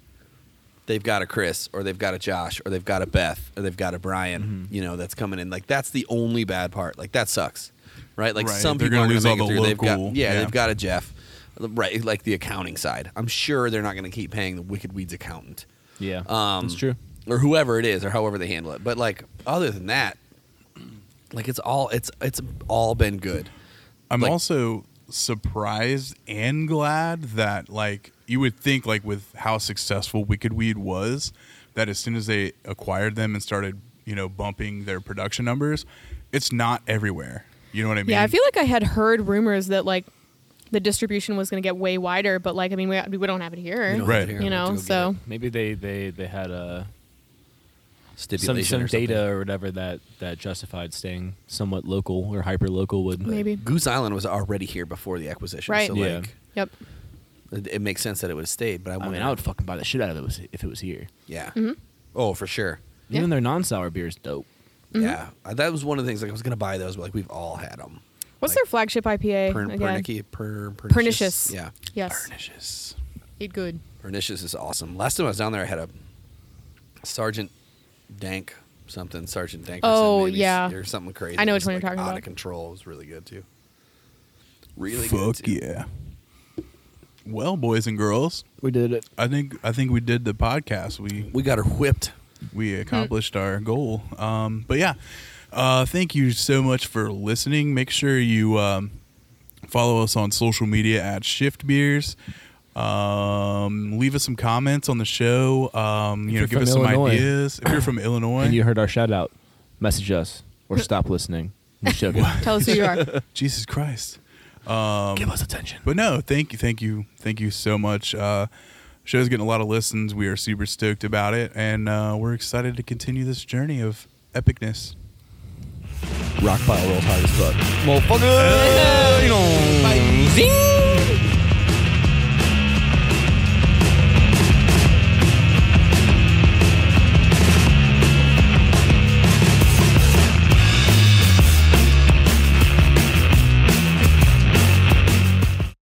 D: they've got a Chris or they've got a Josh or they've got a Beth or they've got a Brian,
A: Mm-hmm.
D: you know, that's coming in. Like that's the only bad part. Like that sucks, right? Like
A: Right,
D: some
A: they're
D: people
A: gonna
D: are
A: lose
D: going
A: all
D: to make it
A: the
D: through. They've got
A: local-
D: yeah,
A: yeah.
D: they've got a Jeff, right? Like the accounting side. I'm sure they're not going to keep paying the Wicked Weeds accountant.
B: Yeah,
D: Um,
B: that's true.
D: Or whoever it is, or however they handle it. But like, other than that, like it's all it's it's all been good.
A: I'm
D: Like-
A: also surprised and glad that like you would think like with how successful Wicked Weed was, that as soon as they acquired them and started, you know, bumping their production numbers, it's not everywhere. You know what I mean?
C: Yeah, I feel like I had heard rumors that like the distribution was going to get way wider, but like I mean, we, we don't have it here,
D: You know,
A: Right.
D: here,
C: you
D: we'll
C: know.
D: go get
C: So
B: Maybe they they they had a
D: it.
B: some
D: stipulation
B: some
D: or something.
B: data or whatever that that justified staying somewhat local or hyper local would
C: maybe.
D: Goose Island was already here before the acquisition,
C: Right.
D: so
B: Yeah.
D: like
C: Yep.
D: it, it makes sense that it would have stayed. But I,
B: I mean, I would fucking buy the shit out of it was- if it was here.
D: yeah,
C: Mm-hmm.
D: oh for sure,
C: Yeah.
B: Even their non sour beer is dope.
C: Mm-hmm.
D: yeah. I, that was one of the things. Like I was gonna buy those, but like we've all had them.
C: What's
D: Like,
C: their flagship IPA
D: Pern-
C: again?
D: Pernicky- per,
C: Pernicious.
D: Yeah,
C: Yes.
A: Pernicious.
C: Eat good.
D: Pernicious is awesome. Last time I was down there, I had a Sergeant Dank something, Sergeant Dank.
C: Oh,
D: maybe,
C: yeah.
D: or something crazy.
C: I know
D: It
C: which
D: was,
C: one you're
D: like,
C: talking
D: out
C: about.
D: of control. It was really good too. Really good.
A: Fuck
D: too.
A: yeah. Well, boys and girls,
B: We did it.
A: I think I think we did the podcast. We
D: We got her whipped.
A: we accomplished our goal. Um, but yeah, uh, thank you so much for listening. Make sure you um, follow us on social media at Shift Beers. Um, leave us some comments on the show. Um, you know,
B: you're
A: give
B: from
A: us some
B: Illinois.
A: ideas. If you're from Illinois,
B: And you heard our shout out. Message us or stop listening. I'm joking.
C: Tell us who you are.
A: Jesus Christ. Um,
B: Give us attention.
A: But no, thank you, thank you, thank you so much. Uh, show's getting a lot of listens. We are super stoked about it, and uh, we're excited to continue this journey of epicness.
B: Rock pile rolls hard as fuck.
D: Motherfucker.